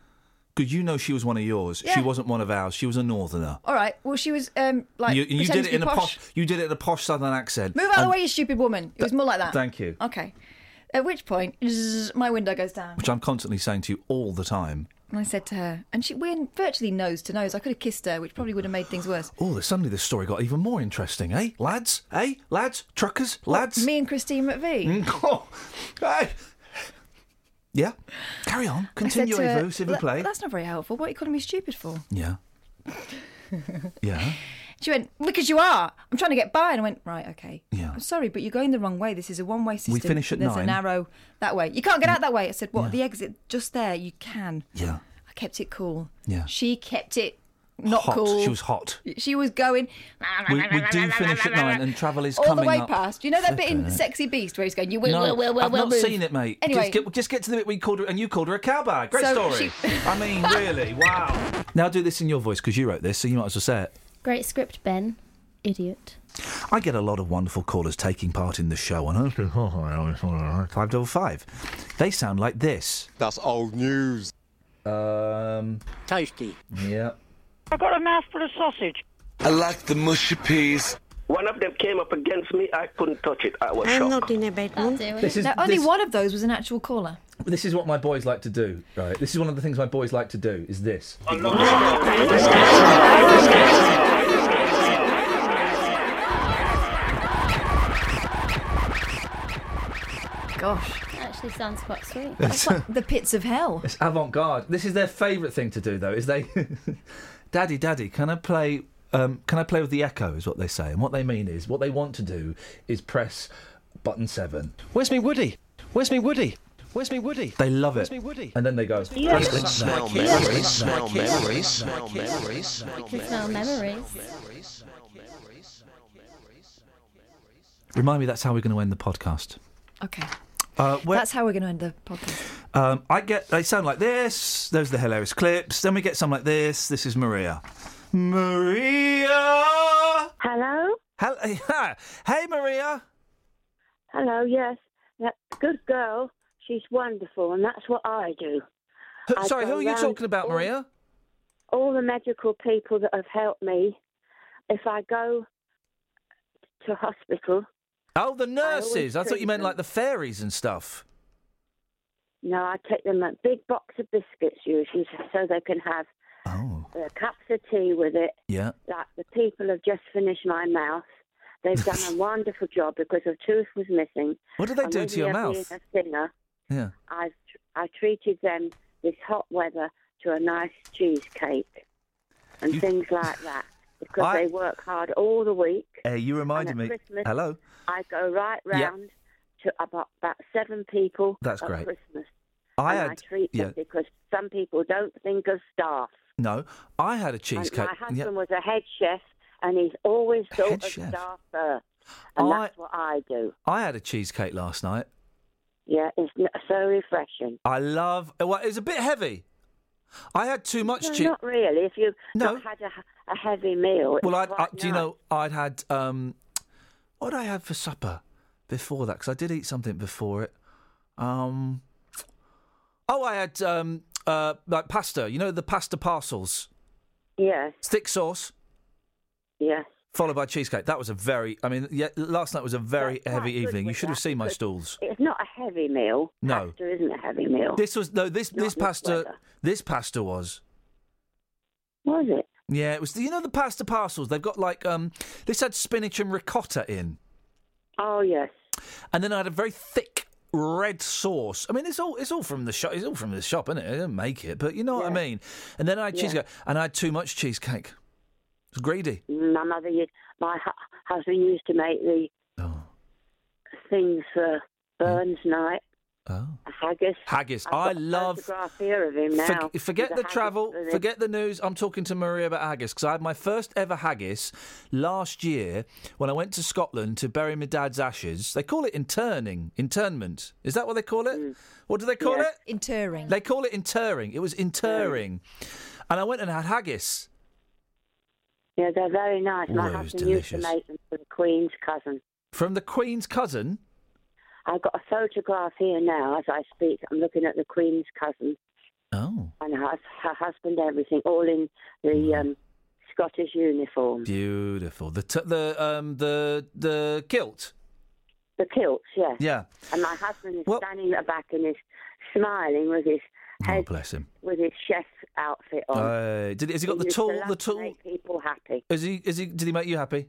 [SPEAKER 3] Because you know she was one of yours. She
[SPEAKER 4] Yeah.
[SPEAKER 3] wasn't one of ours. She was a northerner.
[SPEAKER 4] All right, well, she was um, like,
[SPEAKER 3] you, you
[SPEAKER 4] pretending
[SPEAKER 3] did it
[SPEAKER 4] to be
[SPEAKER 3] in a posh. You did it in a posh southern accent.
[SPEAKER 4] Move out of
[SPEAKER 3] And-
[SPEAKER 4] the way, you stupid woman. It was more like that.
[SPEAKER 3] Thank you.
[SPEAKER 4] Okay. At which point, zzz, my window goes down.
[SPEAKER 3] Which I'm constantly saying to you all the time.
[SPEAKER 4] And I said to her, and she, we're virtually nose to nose. I could have kissed her, which probably would have made things worse.
[SPEAKER 3] Oh, this- suddenly this story got even more interesting, eh, lads? Eh, lads? Truckers, lads? <laughs>
[SPEAKER 4] Oh, Me and Christine McVie.
[SPEAKER 3] Oh, hey. Yeah. Carry on.
[SPEAKER 4] I said to
[SPEAKER 3] Continue,
[SPEAKER 4] her,
[SPEAKER 3] Evo, s'il vous
[SPEAKER 4] "That-
[SPEAKER 3] plaît.
[SPEAKER 4] That's not very helpful. What are you calling me stupid for? <laughs>
[SPEAKER 3] Yeah. yeah.
[SPEAKER 4] She went, because you are. I'm trying to get by. And I went, right, okay.
[SPEAKER 3] Yeah.
[SPEAKER 4] I'm sorry, but you're going the wrong way. This is a one way system.
[SPEAKER 3] finish at
[SPEAKER 4] There's
[SPEAKER 3] nine.
[SPEAKER 4] a narrow that way. You can't get out that way. I said, what? The exit just there. You can.
[SPEAKER 3] Yeah.
[SPEAKER 4] I kept it cool.
[SPEAKER 3] Yeah.
[SPEAKER 4] She kept it not
[SPEAKER 3] hot.
[SPEAKER 4] cool.
[SPEAKER 3] She was hot.
[SPEAKER 4] She was going.
[SPEAKER 3] We, we do finish at
[SPEAKER 4] <laughs>
[SPEAKER 3] nine, and travel is
[SPEAKER 4] all
[SPEAKER 3] coming
[SPEAKER 4] the way
[SPEAKER 3] up.
[SPEAKER 4] past. You know that bit
[SPEAKER 3] Flippin'
[SPEAKER 4] in
[SPEAKER 3] heck.
[SPEAKER 4] Sexy Beast where he's going, "You will,
[SPEAKER 3] No,
[SPEAKER 4] will, will, will,
[SPEAKER 3] I've
[SPEAKER 4] will."
[SPEAKER 3] not
[SPEAKER 4] move."
[SPEAKER 3] seen it, mate.
[SPEAKER 4] Anyway,
[SPEAKER 3] just, get, just get to the bit we called her, and you called her a cowbag. Great
[SPEAKER 4] So
[SPEAKER 3] story.
[SPEAKER 4] she-
[SPEAKER 3] I
[SPEAKER 4] <laughs>
[SPEAKER 3] mean, really, wow. Now do this in your voice because you wrote this, so you might as well say it.
[SPEAKER 2] Great script, Ben. Idiot.
[SPEAKER 3] I get a lot of wonderful callers taking part in the show on 555. They sound like this.
[SPEAKER 9] That's old news.
[SPEAKER 3] Um,
[SPEAKER 10] Tasty.
[SPEAKER 3] yeah.
[SPEAKER 11] I've got a mouthful of sausage.
[SPEAKER 9] I like the mushy peas.
[SPEAKER 11] One of them came up against me. I couldn't touch it. I was
[SPEAKER 10] I'm
[SPEAKER 11] shocked.
[SPEAKER 10] not in a bad mood.
[SPEAKER 3] This is,
[SPEAKER 4] no, only
[SPEAKER 3] this,
[SPEAKER 4] one of those was an actual caller.
[SPEAKER 3] this is what my boys like to do, right? This is one of the things my boys like to do, is this.
[SPEAKER 4] Gosh,
[SPEAKER 2] Actually sounds quite sweet.
[SPEAKER 3] <laughs>
[SPEAKER 4] that's like the pits of hell.
[SPEAKER 3] It's avant-garde. This is their favourite thing to do, though. Is they, <laughs> Daddy, Daddy, can I play? Um, can I play with the echo? Is what they say, and what they mean is what they want to do is press button seven.
[SPEAKER 10] Where's me Woody? Where's me Woody? Where's me Woody?
[SPEAKER 3] They love it,
[SPEAKER 10] me Woody.
[SPEAKER 3] and then they go.
[SPEAKER 9] Smell memories. Smell memories. Smell memories.
[SPEAKER 2] The smell memories.
[SPEAKER 3] Remind me, that's how we're going to end the podcast.
[SPEAKER 4] Okay,
[SPEAKER 3] Uh, where,
[SPEAKER 4] that's how we're going to end the podcast.
[SPEAKER 3] um, I get they sound like this. Those are the hilarious clips. Then we get some like this. This is Maria. Maria.
[SPEAKER 12] Hello?
[SPEAKER 3] <laughs> Hello. Hey, Maria.
[SPEAKER 12] Hello, yes. That good girl, she's wonderful, and that's what I do.
[SPEAKER 3] Who-
[SPEAKER 12] I
[SPEAKER 3] sorry,
[SPEAKER 12] go
[SPEAKER 3] who are you
[SPEAKER 12] round
[SPEAKER 3] talking about,
[SPEAKER 12] all-
[SPEAKER 3] Maria?
[SPEAKER 12] All the medical people that have helped me, if I go to hospital,
[SPEAKER 3] Oh, the nurses. I, thought
[SPEAKER 12] treat
[SPEAKER 3] you meant
[SPEAKER 12] them.
[SPEAKER 3] like the fairies and stuff.
[SPEAKER 12] no, I take them a big box of biscuits usually so they can have
[SPEAKER 3] Oh,
[SPEAKER 12] uh, cups of tea with it.
[SPEAKER 3] yeah.
[SPEAKER 12] Like the people have just finished my mouth. They've done a wonderful job because a tooth was missing.
[SPEAKER 3] What do they
[SPEAKER 12] And
[SPEAKER 3] do
[SPEAKER 12] with
[SPEAKER 3] to your
[SPEAKER 12] me
[SPEAKER 3] mouth?
[SPEAKER 12] Being a singer,
[SPEAKER 3] Yeah.
[SPEAKER 12] I've I treated them this hot weather to a nice cheesecake and
[SPEAKER 3] You-
[SPEAKER 12] things like that because
[SPEAKER 3] I-
[SPEAKER 12] they work hard all the week.
[SPEAKER 3] Hey, you reminded
[SPEAKER 12] And
[SPEAKER 3] me.
[SPEAKER 12] at Christmas-
[SPEAKER 3] Hello.
[SPEAKER 12] I go right
[SPEAKER 3] Yeah.
[SPEAKER 12] round to about about seven people
[SPEAKER 3] That's
[SPEAKER 12] at
[SPEAKER 3] great.
[SPEAKER 12] Christmas.
[SPEAKER 3] I
[SPEAKER 12] and
[SPEAKER 3] had
[SPEAKER 12] I treat
[SPEAKER 3] yeah.
[SPEAKER 12] them because some people don't think of staff.
[SPEAKER 3] No, I had a
[SPEAKER 12] And
[SPEAKER 3] cheesecake.
[SPEAKER 12] my
[SPEAKER 3] yeah.
[SPEAKER 12] husband was a head chef and he's always thought
[SPEAKER 3] Head
[SPEAKER 12] of
[SPEAKER 3] chef?
[SPEAKER 12] staff first. And
[SPEAKER 3] I-
[SPEAKER 12] that's what I do.
[SPEAKER 3] I had a cheesecake last night.
[SPEAKER 12] Yeah, it's n- so refreshing.
[SPEAKER 3] I love. Well, it was a bit heavy. I had too much
[SPEAKER 12] No,
[SPEAKER 3] cheese.
[SPEAKER 12] not really. If you've
[SPEAKER 3] No.
[SPEAKER 12] not had a, a heavy meal, it's
[SPEAKER 3] Well, I'd, I,
[SPEAKER 12] quite
[SPEAKER 3] do you
[SPEAKER 12] nice.
[SPEAKER 3] know? I'd had. Um, what did I have for supper before that? Because I did eat something before it. Um, oh, I had um, uh, like pasta. You know the pasta parcels,
[SPEAKER 12] Yes,
[SPEAKER 3] thick sauce.
[SPEAKER 12] yes.
[SPEAKER 3] followed by cheesecake. That was a very. I mean, yeah, last night was a very heavy evening. You should have seen my stools.
[SPEAKER 12] It's not a heavy meal.
[SPEAKER 3] No,
[SPEAKER 12] Pasta isn't a heavy meal.
[SPEAKER 3] This was no. This this pasta. This pasta was.
[SPEAKER 12] Was it?
[SPEAKER 3] Yeah, it was. You know the pasta parcels. They've got like um. This had spinach and ricotta in.
[SPEAKER 12] Oh yes.
[SPEAKER 3] And then I had a very thick red sauce. I mean, it's all it's all from the shop. It's all from the shop, isn't it? They didn't make it, but you know what I mean. And then I had
[SPEAKER 12] Yeah.
[SPEAKER 3] cheesecake, and I had too much cheesecake. It was greedy.
[SPEAKER 12] My mother, used, my hu- husband used to make the
[SPEAKER 3] Oh.
[SPEAKER 12] things for Burns night.
[SPEAKER 3] Hmm. Oh.
[SPEAKER 12] Haggis.
[SPEAKER 3] Haggis.
[SPEAKER 12] I've
[SPEAKER 3] I
[SPEAKER 12] got a
[SPEAKER 3] love.
[SPEAKER 12] photograph here of him now.
[SPEAKER 3] Forg- forget
[SPEAKER 12] with
[SPEAKER 3] the
[SPEAKER 12] haggis
[SPEAKER 3] travel,
[SPEAKER 12] with him.
[SPEAKER 3] forget the news. I'm talking to Maria about haggis because I had my first ever haggis last year when I went to Scotland to bury my dad's ashes. They call it interning, internment. Is that what they call
[SPEAKER 12] Mm.
[SPEAKER 3] it? What do they call it?
[SPEAKER 13] Interring.
[SPEAKER 3] They call it interring. It was interring.
[SPEAKER 12] Mm.
[SPEAKER 3] And I went and had haggis.
[SPEAKER 12] Yeah, they're very nice.
[SPEAKER 3] Ooh,
[SPEAKER 12] My
[SPEAKER 3] it was
[SPEAKER 12] husband used
[SPEAKER 3] delicious.
[SPEAKER 12] to make them for the Queen's cousin.
[SPEAKER 3] From the Queen's cousin?
[SPEAKER 12] I've got a photograph here now as I speak. I'm looking at the Queen's cousin.
[SPEAKER 3] Oh.
[SPEAKER 12] And her, hus- her husband, everything, all in the um, Scottish uniform.
[SPEAKER 3] Beautiful. The t- the um the the kilt.
[SPEAKER 12] The kilts, yes.
[SPEAKER 3] Yeah.
[SPEAKER 12] And my husband is standing at the back and is smiling with his head,
[SPEAKER 3] Oh, bless him.
[SPEAKER 12] with his chef's outfit on.
[SPEAKER 3] Uh, did, has he got the
[SPEAKER 12] used to
[SPEAKER 3] tool?
[SPEAKER 12] love
[SPEAKER 3] The
[SPEAKER 12] to
[SPEAKER 3] tool?
[SPEAKER 12] Make people happy.
[SPEAKER 3] Is he? Is he? Did he make you happy?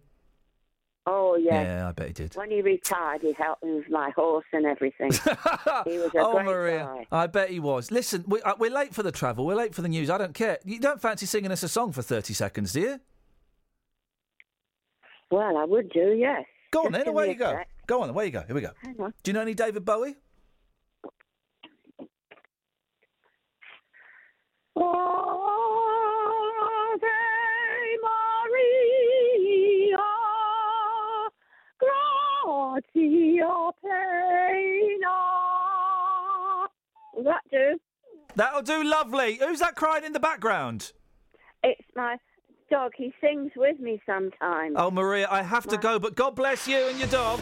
[SPEAKER 12] Oh yeah.
[SPEAKER 3] Yeah, I bet he did.
[SPEAKER 12] When he retired, he helped me with my horse
[SPEAKER 3] <laughs>
[SPEAKER 12] and everything. he was a
[SPEAKER 3] Oh,
[SPEAKER 12] great
[SPEAKER 3] Maria,
[SPEAKER 12] guy.
[SPEAKER 3] I bet he was. Listen, we, uh, we're late for the travel. We're late for the news. I don't care. You don't fancy singing us a song for thirty seconds, do you?
[SPEAKER 12] Well, I would do, yes.
[SPEAKER 3] Go on
[SPEAKER 12] Just
[SPEAKER 3] then.
[SPEAKER 12] give
[SPEAKER 3] Away
[SPEAKER 12] me
[SPEAKER 3] you
[SPEAKER 12] a
[SPEAKER 3] go.
[SPEAKER 12] sec.
[SPEAKER 3] Go on. then, Away you go. Here we go.
[SPEAKER 12] Hang on.
[SPEAKER 3] Do you know any David Bowie?
[SPEAKER 14] Maria, gratia plena.
[SPEAKER 12] Will that do?
[SPEAKER 3] That'll do. Lovely. Who's that crying in the background?
[SPEAKER 12] It's my dog. He sings with me sometimes.
[SPEAKER 3] Oh, Maria, I have to go. But God bless you and your dog.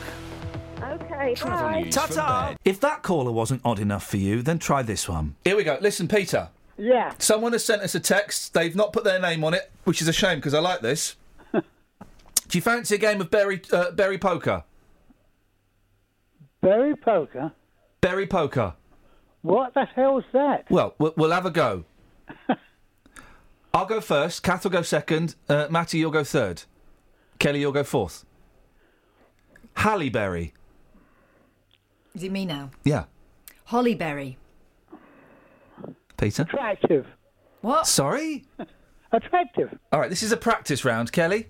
[SPEAKER 12] Okay, bye.
[SPEAKER 3] Ta-ta. If that caller wasn't odd enough for you, then try this one. Here we go. Listen, Peter.
[SPEAKER 13] Yeah.
[SPEAKER 3] Someone has sent us a text. They've not put their name on it, which is a shame because I like this. Do you fancy a game of berry uh, berry poker?
[SPEAKER 8] Berry poker?
[SPEAKER 3] Berry poker.
[SPEAKER 8] What the hell's that?
[SPEAKER 3] Well, we'll, we'll have a go. I'll go first. Kath will go second. Uh, Matty, you'll go third. Kelly, you'll go fourth. Halle Berry.
[SPEAKER 13] Is it me now?
[SPEAKER 3] Yeah.
[SPEAKER 13] Hollyberry.
[SPEAKER 3] Peter.
[SPEAKER 8] Attractive.
[SPEAKER 13] What?
[SPEAKER 3] Sorry.
[SPEAKER 8] Attractive.
[SPEAKER 3] All right. This is a practice round, Kelly.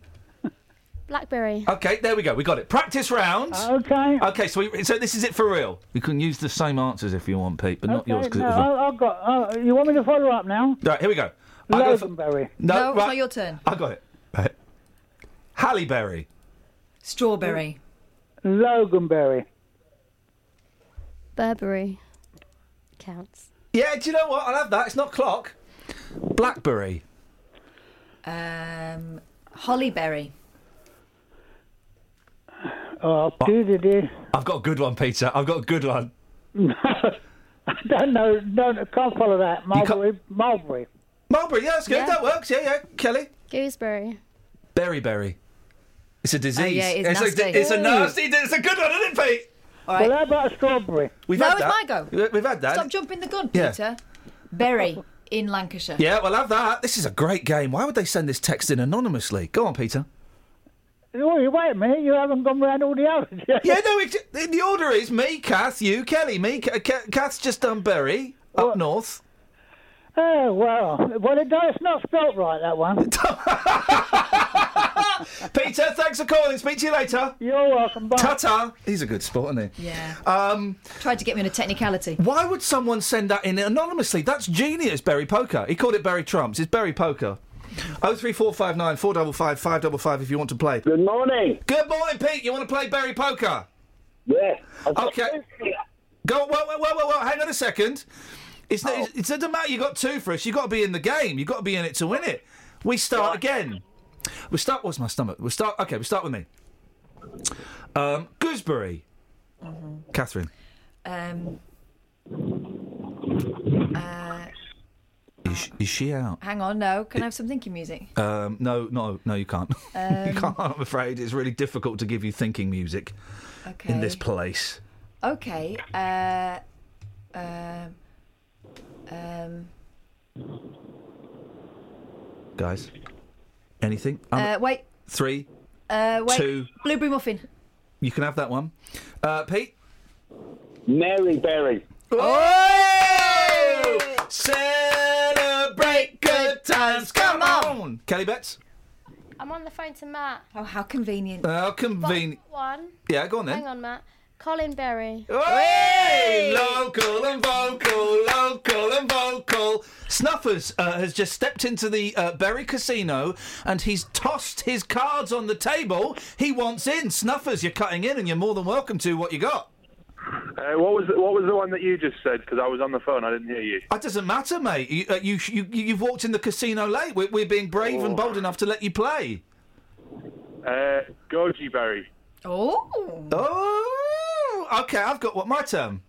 [SPEAKER 2] Blackberry.
[SPEAKER 3] Okay, there we go. We got it. Practice round.
[SPEAKER 8] Okay.
[SPEAKER 3] Okay, so we, so this is it for real. You can use the same answers if you want, Pete, but not yours because
[SPEAKER 8] no,
[SPEAKER 3] it was wrong.
[SPEAKER 8] I, I've got. Uh, you want me to follow up now?
[SPEAKER 3] Right, here we go. I go for-
[SPEAKER 8] Loganberry.
[SPEAKER 3] no,
[SPEAKER 13] No, it's
[SPEAKER 3] right,
[SPEAKER 13] not your turn.
[SPEAKER 3] I got it. Right. Halle Berry.
[SPEAKER 13] Strawberry.
[SPEAKER 8] Loganberry.
[SPEAKER 2] Burberry. Counts.
[SPEAKER 3] Yeah, do you know what? I'll have that. It's not clock. Blackberry.
[SPEAKER 13] Um, Hollyberry.
[SPEAKER 8] Oh, doo-doo-doo.
[SPEAKER 3] I've got a good one, Peter. I've got a good one.
[SPEAKER 8] <laughs> I don't know. Don't, I can't follow that. Mulberry. Mulberry.
[SPEAKER 3] Mulberry, yeah, that's good.
[SPEAKER 8] Yeah.
[SPEAKER 3] That works. Yeah, yeah. Kelly.
[SPEAKER 2] Gooseberry.
[SPEAKER 3] Berry berry. It's
[SPEAKER 13] Oh,
[SPEAKER 3] a disease.
[SPEAKER 2] yeah, it's
[SPEAKER 3] a-
[SPEAKER 2] nasty.
[SPEAKER 3] it's a
[SPEAKER 2] Ooh.
[SPEAKER 3] nasty. It's a good one, isn't it, Pete?
[SPEAKER 8] Well, how about a strawberry?
[SPEAKER 3] We've
[SPEAKER 13] No,
[SPEAKER 3] had
[SPEAKER 13] it's
[SPEAKER 3] that.
[SPEAKER 13] my go.
[SPEAKER 3] We- We've had that.
[SPEAKER 13] Stop jumping the gun,
[SPEAKER 3] Yeah.
[SPEAKER 13] Peter. Berry in Lancashire.
[SPEAKER 3] Yeah, we'll have that. This is a great game. Why would they send this text in anonymously? Go on,
[SPEAKER 8] <laughs>
[SPEAKER 3] Peter.
[SPEAKER 8] Oh, you wait a minute. You haven't gone round all the others yet.
[SPEAKER 3] Yeah, no, it's, the order is me, Kath, you, Kelly. Me, Ka- Ka- Kath's just done Berry up north.
[SPEAKER 8] <laughs> Oh, well. Well, it, it's not spelt right, that one.
[SPEAKER 3] <laughs> Peter, thanks for calling. Speak to you later.
[SPEAKER 8] You're welcome. Bye.
[SPEAKER 3] Ta-ta. He's a good sport, isn't he?
[SPEAKER 13] Yeah.
[SPEAKER 3] Um,
[SPEAKER 13] Tried to get me on a technicality.
[SPEAKER 3] why would someone send that in anonymously? That's genius, Berry Poker. He called it Berry Trumps. It's Berry Poker. 03459 455 555 if you want to play. Good
[SPEAKER 15] morning.
[SPEAKER 3] Good morning, Pete. You want to play Berry Poker?
[SPEAKER 15] Yes.
[SPEAKER 3] Okay. Go. Whoa, whoa, whoa, whoa, whoa. Hang on a second. It's no,
[SPEAKER 15] Oh.
[SPEAKER 3] it's, it doesn't matter. You got two for us. You got to be in the game. You got to be in it to win it. We start again. We start. What's my stomach? We start. Okay. We start with me. Um, gooseberry. Catherine.
[SPEAKER 13] Um, uh,
[SPEAKER 3] You Is, is she out?
[SPEAKER 13] Hang on, no. Can I have some thinking music?
[SPEAKER 3] Um, no, no, no, you can't. <laughs> you
[SPEAKER 13] Um,
[SPEAKER 3] can't, I'm afraid. It's really difficult to give you thinking music in this
[SPEAKER 13] Okay.
[SPEAKER 3] place.
[SPEAKER 13] Okay. Uh, um, um,
[SPEAKER 3] Guys, anything? Um,
[SPEAKER 13] uh, wait.
[SPEAKER 3] Three.
[SPEAKER 13] Uh, wait.
[SPEAKER 3] Two.
[SPEAKER 13] Blueberry muffin.
[SPEAKER 3] You can have that one. Uh, Pete?
[SPEAKER 8] Mary Berry.
[SPEAKER 3] Oh! Celebrate good times. Come on! Kelly Betts?
[SPEAKER 15] I'm on the phone to Matt.
[SPEAKER 13] Oh, how convenient.
[SPEAKER 3] How convenient.
[SPEAKER 15] One.
[SPEAKER 3] Yeah, go on then.
[SPEAKER 15] Hang on, Matt. Colin Berry.
[SPEAKER 3] Hey! Local and vocal, local and vocal. Snuffers uh, has just stepped into the uh, Berry Casino and he's tossed his cards on the table. He wants in. Snuffers, you're cutting in and you're more than welcome to what you got.
[SPEAKER 16] Uh, what was the, what was the one that you just said? Because I was on the phone, I didn't hear you.
[SPEAKER 3] That doesn't matter, mate. You, uh, you, you, you've walked in the casino late. We're, we're being brave and
[SPEAKER 13] Oh.
[SPEAKER 3] bold enough to let you play.
[SPEAKER 16] Uh, Goji Berry.
[SPEAKER 13] Oh.
[SPEAKER 3] Oh. Okay, I've got what? My turn.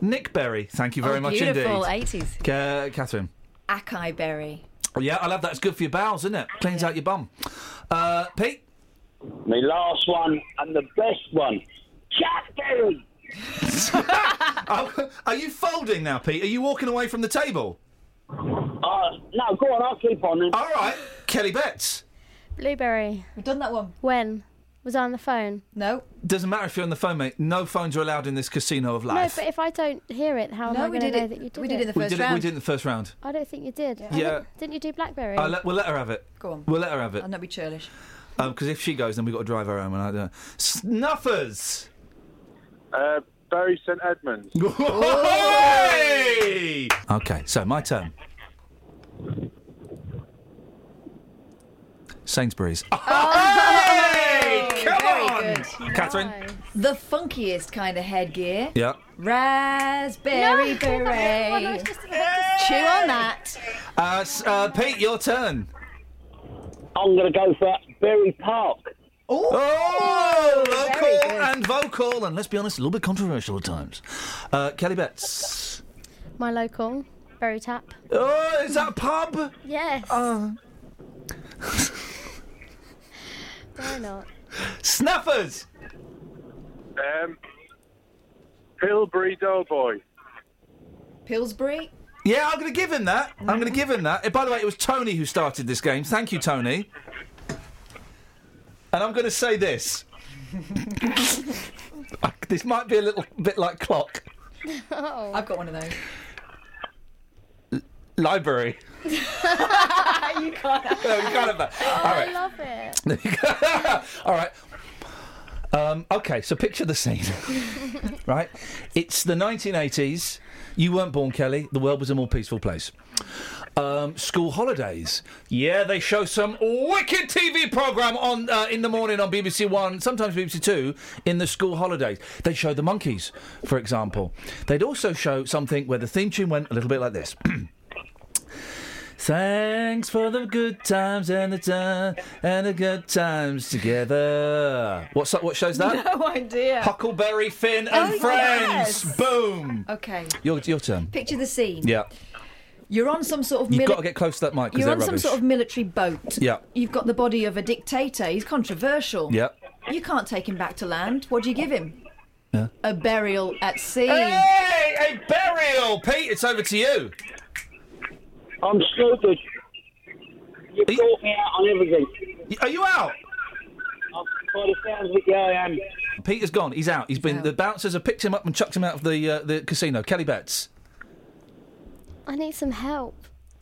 [SPEAKER 3] Nick Berry, thank you very
[SPEAKER 13] Oh,
[SPEAKER 3] much
[SPEAKER 13] beautiful,
[SPEAKER 3] indeed.
[SPEAKER 13] 80s.
[SPEAKER 3] Ca- Catherine.
[SPEAKER 13] Acai berry.
[SPEAKER 3] Oh, yeah, I love that. It's good for your bowels, isn't it? Cleans out your bum. Uh, Pete?
[SPEAKER 17] My last one and the best one. Jack Berry!
[SPEAKER 3] <laughs> Are, are you folding now, Pete? Are you walking away from the table?
[SPEAKER 17] Uh, no, go on, I'll keep on then.
[SPEAKER 3] All right. Kelly Betts.
[SPEAKER 2] Blueberry.
[SPEAKER 13] We've done that one.
[SPEAKER 2] When? Was I on the phone?
[SPEAKER 13] No.
[SPEAKER 3] Doesn't matter if you're on the phone, mate. No phones are allowed in this casino of life.
[SPEAKER 2] No, but if I don't hear it, how
[SPEAKER 13] No,
[SPEAKER 2] am I
[SPEAKER 13] we
[SPEAKER 2] going
[SPEAKER 13] did
[SPEAKER 2] to know
[SPEAKER 13] it-
[SPEAKER 2] that you did
[SPEAKER 13] we
[SPEAKER 2] it?
[SPEAKER 13] did it the
[SPEAKER 3] we did it. We did it in the first round.
[SPEAKER 2] I don't think you did. I
[SPEAKER 3] Yeah.
[SPEAKER 2] didn't- Didn't you do Blackberry?
[SPEAKER 3] I'll let, we'll let her have it.
[SPEAKER 13] Go on.
[SPEAKER 3] We'll let her have it.
[SPEAKER 13] I'll not be churlish.
[SPEAKER 3] Because if she goes, then we've got to drive her home. And I don't. Snuffers.
[SPEAKER 16] Uh, Barry St Edmunds. Oh!
[SPEAKER 3] <laughs> Hey! Okay, so my turn. Sainsbury's.
[SPEAKER 13] Hey,
[SPEAKER 3] come
[SPEAKER 13] Very
[SPEAKER 3] on!
[SPEAKER 13] Good.
[SPEAKER 3] Catherine.
[SPEAKER 13] The funkiest kind of headgear.
[SPEAKER 3] Yeah.
[SPEAKER 13] Raspberry beret.
[SPEAKER 15] No, that was the one I was just
[SPEAKER 13] Chew on that.
[SPEAKER 3] Uh, s- uh, Pete, your turn.
[SPEAKER 17] I'm going to go for Berry Park.
[SPEAKER 3] Oh, local and vocal, and let's be honest, a little bit controversial at times. Uh, Kelly Betts.
[SPEAKER 2] My local, Berry Tap.
[SPEAKER 3] Oh, is that a pub?
[SPEAKER 2] Yes.
[SPEAKER 13] Oh.
[SPEAKER 2] Why not?
[SPEAKER 3] Snuffers.
[SPEAKER 16] Um, Pillbury Doughboy.
[SPEAKER 15] <laughs>
[SPEAKER 13] Pillsbury.
[SPEAKER 3] Yeah, I'm going to give him that. I'm going to give him that. Eh, by the way, it was Tony who started this game. Thank you, Tony. And I'm going to say this. this might be a little bit like clock.
[SPEAKER 13] I've got one of those.
[SPEAKER 3] Library.
[SPEAKER 13] <laughs>
[SPEAKER 3] <laughs>
[SPEAKER 13] you can't.
[SPEAKER 3] <laughs> No, you can't have that.
[SPEAKER 2] Oh,
[SPEAKER 3] All right.
[SPEAKER 15] love it.
[SPEAKER 3] <laughs> All right. Um, okay, so picture the scene, <laughs> right? It's the 1980s. You weren't born, Kelly. The world was a more peaceful place. Um, school holidays. Yeah, they show some wicked TV program on uh, in the morning on BBC One, sometimes BBC Two, in the school holidays. They show the monkeys, for example. They'd also show something where the theme tune went a little bit like this. <clears throat> Thanks for the good times and the time and the good times together. What's that? What show's that?
[SPEAKER 13] No idea.
[SPEAKER 3] Huckleberry Finn and
[SPEAKER 13] Oh,
[SPEAKER 3] Friends.
[SPEAKER 13] yes.
[SPEAKER 3] Boom.
[SPEAKER 13] Okay.
[SPEAKER 3] Your your turn.
[SPEAKER 13] Picture the scene.
[SPEAKER 3] Yeah.
[SPEAKER 13] You're on some sort of
[SPEAKER 3] You've
[SPEAKER 13] mili-
[SPEAKER 3] got to get close to that mic because
[SPEAKER 13] You're
[SPEAKER 3] they're
[SPEAKER 13] on some
[SPEAKER 3] rubbish.
[SPEAKER 13] sort of military boat.
[SPEAKER 3] Yeah.
[SPEAKER 13] You've got the body of a dictator. He's controversial.
[SPEAKER 3] Yeah.
[SPEAKER 13] You can't take him back to land. What do you give him?
[SPEAKER 3] Yeah.
[SPEAKER 13] A burial at sea.
[SPEAKER 3] Hey, a burial, Pete. It's over to you.
[SPEAKER 17] I'm stupid. You caught me out on everything.
[SPEAKER 3] Are you out?
[SPEAKER 17] By the sounds of it, yeah, I am.
[SPEAKER 3] Peter's gone. He's out. He's been. The bouncers have picked him up and chucked him out of the uh, the casino. Kelly Betts.
[SPEAKER 2] <laughs> I need some help.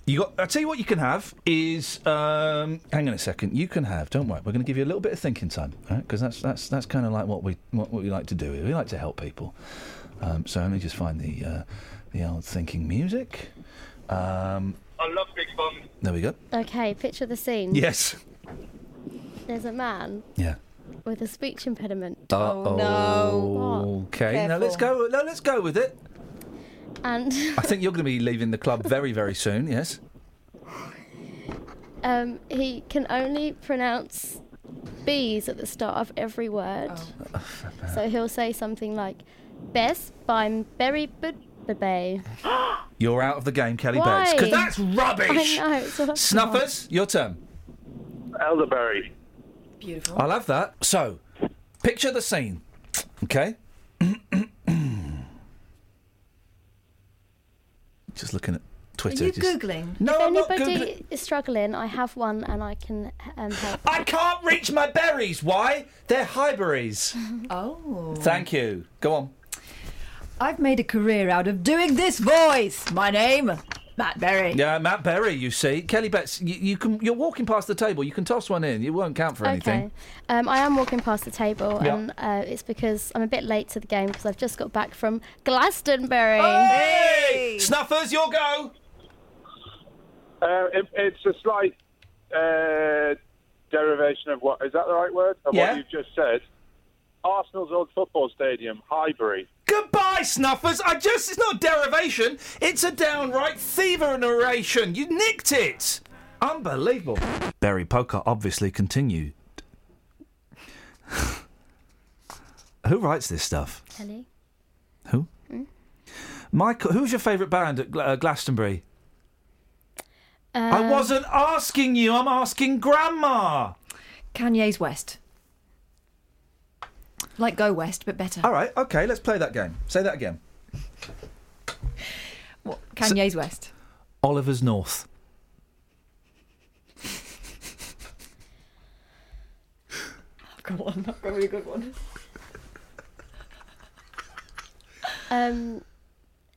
[SPEAKER 3] You got. I tell you what, you can have is. Um, hang on a second. You can have. Don't worry. We're going to give you a little bit of thinking time, because that's that's that's kind of like what we what, what we like to do. here. We like to help people. Um, so let me just find the uh, the old thinking music. Um,
[SPEAKER 16] I love Big Bum.
[SPEAKER 3] there we go.
[SPEAKER 2] Okay, picture the scene.
[SPEAKER 3] Yes.
[SPEAKER 2] There's a man.
[SPEAKER 3] Yeah.
[SPEAKER 2] With a speech impediment.
[SPEAKER 13] Oh,
[SPEAKER 2] Oh,
[SPEAKER 3] Uh-oh. Okay. Now let's go. No, let's go with it.
[SPEAKER 2] <laughs> And
[SPEAKER 3] I think you're going to be leaving the club very very soon. Yes.
[SPEAKER 2] um, he can only pronounce B's at the start of every
[SPEAKER 3] <laughs>
[SPEAKER 2] word. So he'll say something like, Best by Berry Bud
[SPEAKER 3] <gasps>
[SPEAKER 2] Babe.
[SPEAKER 3] You're out of the game, Kelly
[SPEAKER 2] Why?
[SPEAKER 3] Bates. Because that's rubbish.
[SPEAKER 2] I know. It's all
[SPEAKER 3] Snuffers, your turn.
[SPEAKER 16] Elderberry.
[SPEAKER 13] Beautiful.
[SPEAKER 3] I love that. So, picture the scene. Okay. <clears throat> Just looking at Twitter. just-
[SPEAKER 2] No, if anybody is struggling, I have one and I can um, help.
[SPEAKER 3] <laughs> I can't reach my berries. Why? They're highberries.
[SPEAKER 13] Oh.
[SPEAKER 3] Thank you. Go on.
[SPEAKER 13] I've made a career out of doing this voice. My name, Matt Berry.
[SPEAKER 3] Yeah, Matt Berry. You see, Kelly Betts. You, you can. You're walking past the table. You can toss one in. It won't count for anything.
[SPEAKER 2] Okay. Um, I am walking past the table,
[SPEAKER 3] Yeah.
[SPEAKER 2] and uh, it's because I'm a bit late to the game because I've just got back from Glastonbury.
[SPEAKER 3] Oh. Hey! Snuffers, your go.
[SPEAKER 16] Uh, it, it's a slight uh, derivation of what is that the right word? Of
[SPEAKER 3] Yeah.
[SPEAKER 16] what you've just said. Arsenal's old football stadium, Highbury.
[SPEAKER 3] Goodbye, Snuffers. I just. It's not a derivation. It's a downright thiever narration. You nicked it. Unbelievable. Berry poker obviously continued. <laughs> Who writes this stuff?
[SPEAKER 2] Kelly.
[SPEAKER 3] Who?
[SPEAKER 2] Hmm?
[SPEAKER 3] Michael, who's your favourite band at Gl- uh, Glastonbury? I
[SPEAKER 13] Um,
[SPEAKER 3] wasn't asking you, I'm asking Grandma.
[SPEAKER 13] Kanye's West. Like Go West, but better.
[SPEAKER 3] All right, okay, let's play that game. Say that again.
[SPEAKER 13] Kanye's West.
[SPEAKER 3] Oliver's North.
[SPEAKER 13] Come on, that's probably a good one.
[SPEAKER 2] Um,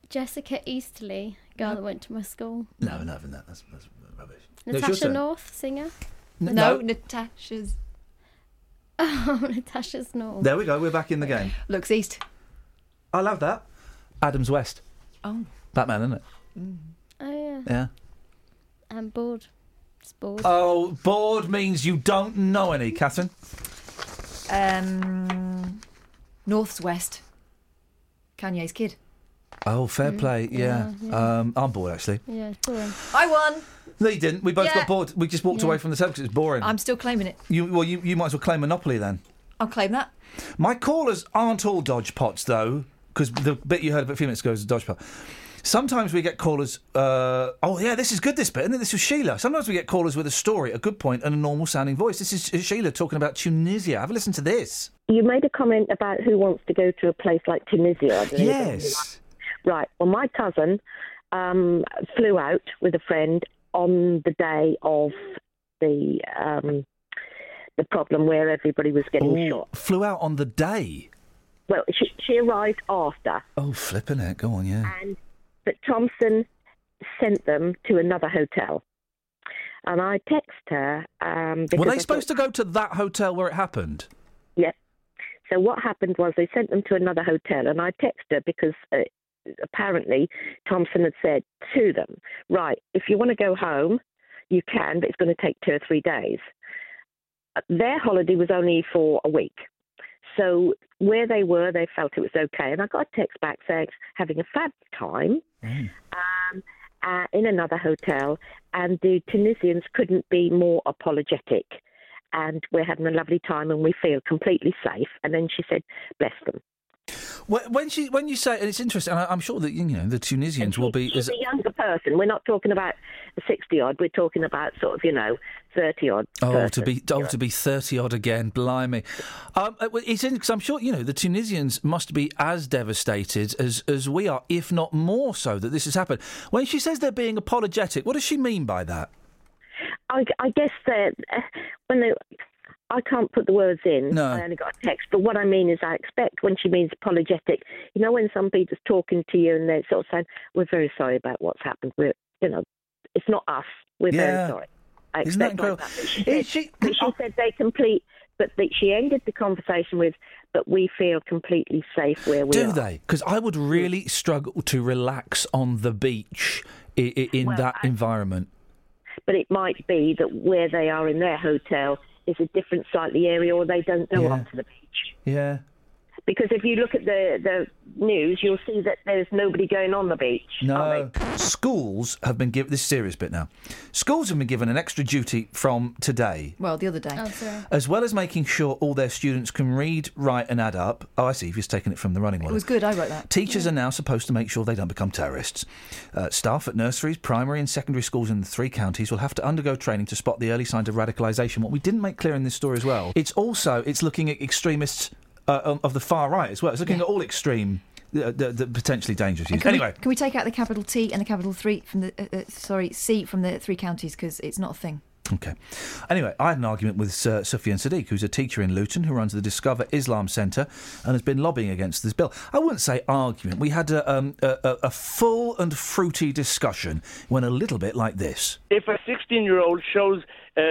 [SPEAKER 2] Jessica Easterly, girl that went to my school.
[SPEAKER 3] No, no, than that. That's, that's rubbish. No, it's your
[SPEAKER 2] Natasha
[SPEAKER 3] turn.
[SPEAKER 2] North, singer.
[SPEAKER 3] N- No, no.
[SPEAKER 2] Natasha's. <laughs> Oh, Natasha's North.
[SPEAKER 3] There we go, we're back in the game.
[SPEAKER 13] Looks east.
[SPEAKER 3] I love that. Adams West.
[SPEAKER 13] Oh.
[SPEAKER 3] Batman, isn't it? Mm.
[SPEAKER 2] Oh yeah.
[SPEAKER 3] Yeah.
[SPEAKER 2] I'm bored. It's bored.
[SPEAKER 3] Oh, bored means you don't know any, Catherine.
[SPEAKER 13] Um, North's West. Kanye's Kid.
[SPEAKER 3] Oh, fair
[SPEAKER 13] Mm,
[SPEAKER 3] play. Yeah.
[SPEAKER 13] yeah, yeah.
[SPEAKER 3] Um, I'm bored, actually.
[SPEAKER 13] Yeah, boring. I won.
[SPEAKER 3] No, you didn't. We both
[SPEAKER 13] Yeah.
[SPEAKER 3] got bored. We just walked
[SPEAKER 13] Yeah.
[SPEAKER 3] away from the table 'cause it's boring.
[SPEAKER 13] I'm still claiming it.
[SPEAKER 3] You, well, you, you might as well claim Monopoly then.
[SPEAKER 13] I'll claim that.
[SPEAKER 3] My callers aren't all dodgepots, though, because the bit you heard about a few minutes ago is a dodgepot. Sometimes we get callers. Uh, oh yeah, this is good. This bit, and this was Sheila. Sometimes we get callers with a story, a good point, and a normal sounding voice. This is Sheila talking about Tunisia. Have a listen to this.
[SPEAKER 18] You made a comment about who wants to go to a place like Tunisia. I believe.
[SPEAKER 3] Yes.
[SPEAKER 18] Right. Well, my cousin um, flew out with a friend on the day of the um, the problem where everybody was getting shot.
[SPEAKER 3] Oh, Flew out on the day.
[SPEAKER 18] Well, she, she arrived after,
[SPEAKER 3] Oh, flipping it. Go on, yeah.
[SPEAKER 18] and but Thompson sent them to another hotel. And I text her um, because
[SPEAKER 3] Were
[SPEAKER 18] I
[SPEAKER 3] they
[SPEAKER 18] thought-
[SPEAKER 3] supposed to go to that hotel where it happened?
[SPEAKER 18] Yes. So what happened was they sent them to another hotel, and I texted her because uh, apparently Thompson had said to them, "Right, if you want to go home, you can, but it's going to take two or three days." Uh, Their holiday was only for a week, so where they were, they felt it was okay. And I got a text back saying, "Having a fab time." Um, uh, in another hotel, and the Tunisians couldn't be more apologetic and we're having a lovely time and we feel completely safe. And then she said, bless them.
[SPEAKER 3] Wh- When she, when you say, and it's interesting. And I, I'm sure that you know the Tunisians will be. Is,
[SPEAKER 18] She's a younger person. We're not talking about 60 odd. We're talking about sort of, you know, 30 odd.
[SPEAKER 3] Oh, to
[SPEAKER 18] person.
[SPEAKER 3] be oh, to be thirty odd again, blimey! Um, it- it's because I'm sure you know the Tunisians must be as devastated as as we are, if not more so, that this has happened. When she says they're being apologetic, what does she mean by that?
[SPEAKER 18] I, I guess that uh, when they. I can't put the words in.
[SPEAKER 3] No.
[SPEAKER 18] I only got a text. But what I mean is, I expect when she means apologetic, you know, when somebody's talking to you and they're sort of saying, "We're very sorry about what's happened. We're, you know, it's not us. We're
[SPEAKER 3] Yeah.
[SPEAKER 18] very sorry." I
[SPEAKER 3] Isn't that
[SPEAKER 18] expect like
[SPEAKER 3] incredible? Oh.
[SPEAKER 18] that. But she, said, but she said they complete, but that she ended the conversation with, "But we feel completely safe where we
[SPEAKER 3] Do
[SPEAKER 18] are."
[SPEAKER 3] they? Because I would really struggle to relax on the beach in, in that environment.
[SPEAKER 18] But it might be that where they are in their hotel is a different, slightly area, or they don't go
[SPEAKER 3] Yeah.
[SPEAKER 18] up to the beach.
[SPEAKER 3] Yeah.
[SPEAKER 18] Because if you look at the, the news, you'll see that there's nobody going on the beach.
[SPEAKER 3] No. Schools have been given this is a serious bit now. Schools have been given an extra duty from today,
[SPEAKER 13] Well, the other day.
[SPEAKER 3] Oh, as well as making sure all their students can read, write, and add up. Oh, I see. You've just taken it from the running
[SPEAKER 13] It
[SPEAKER 3] one.
[SPEAKER 13] was good. I wrote that.
[SPEAKER 3] Teachers are now supposed to make sure they don't become terrorists. Uh, staff at nurseries, primary, and secondary schools in the three counties will have to undergo training to spot the early signs of radicalisation. What we didn't make clear in this story as well, it's also it's looking at extremists uh, of- of the far right as well. It's looking at all extreme, uh, the, the potentially dangerous. views.
[SPEAKER 13] Can we-
[SPEAKER 3] Anyway,
[SPEAKER 13] can we take out the capital T and the capital three from the uh, uh, sorry C from the three counties because it's not a thing.
[SPEAKER 3] Okay. Anyway, I had an argument with Sir Sufyan Sadiq, who's a teacher in Luton who runs the Discover Islam Centre and has been lobbying against this bill. I wouldn't say argument. We had a, um, a, a, a full and fruity discussion, went a little bit like this.
[SPEAKER 19] If a 16 year old shows uh,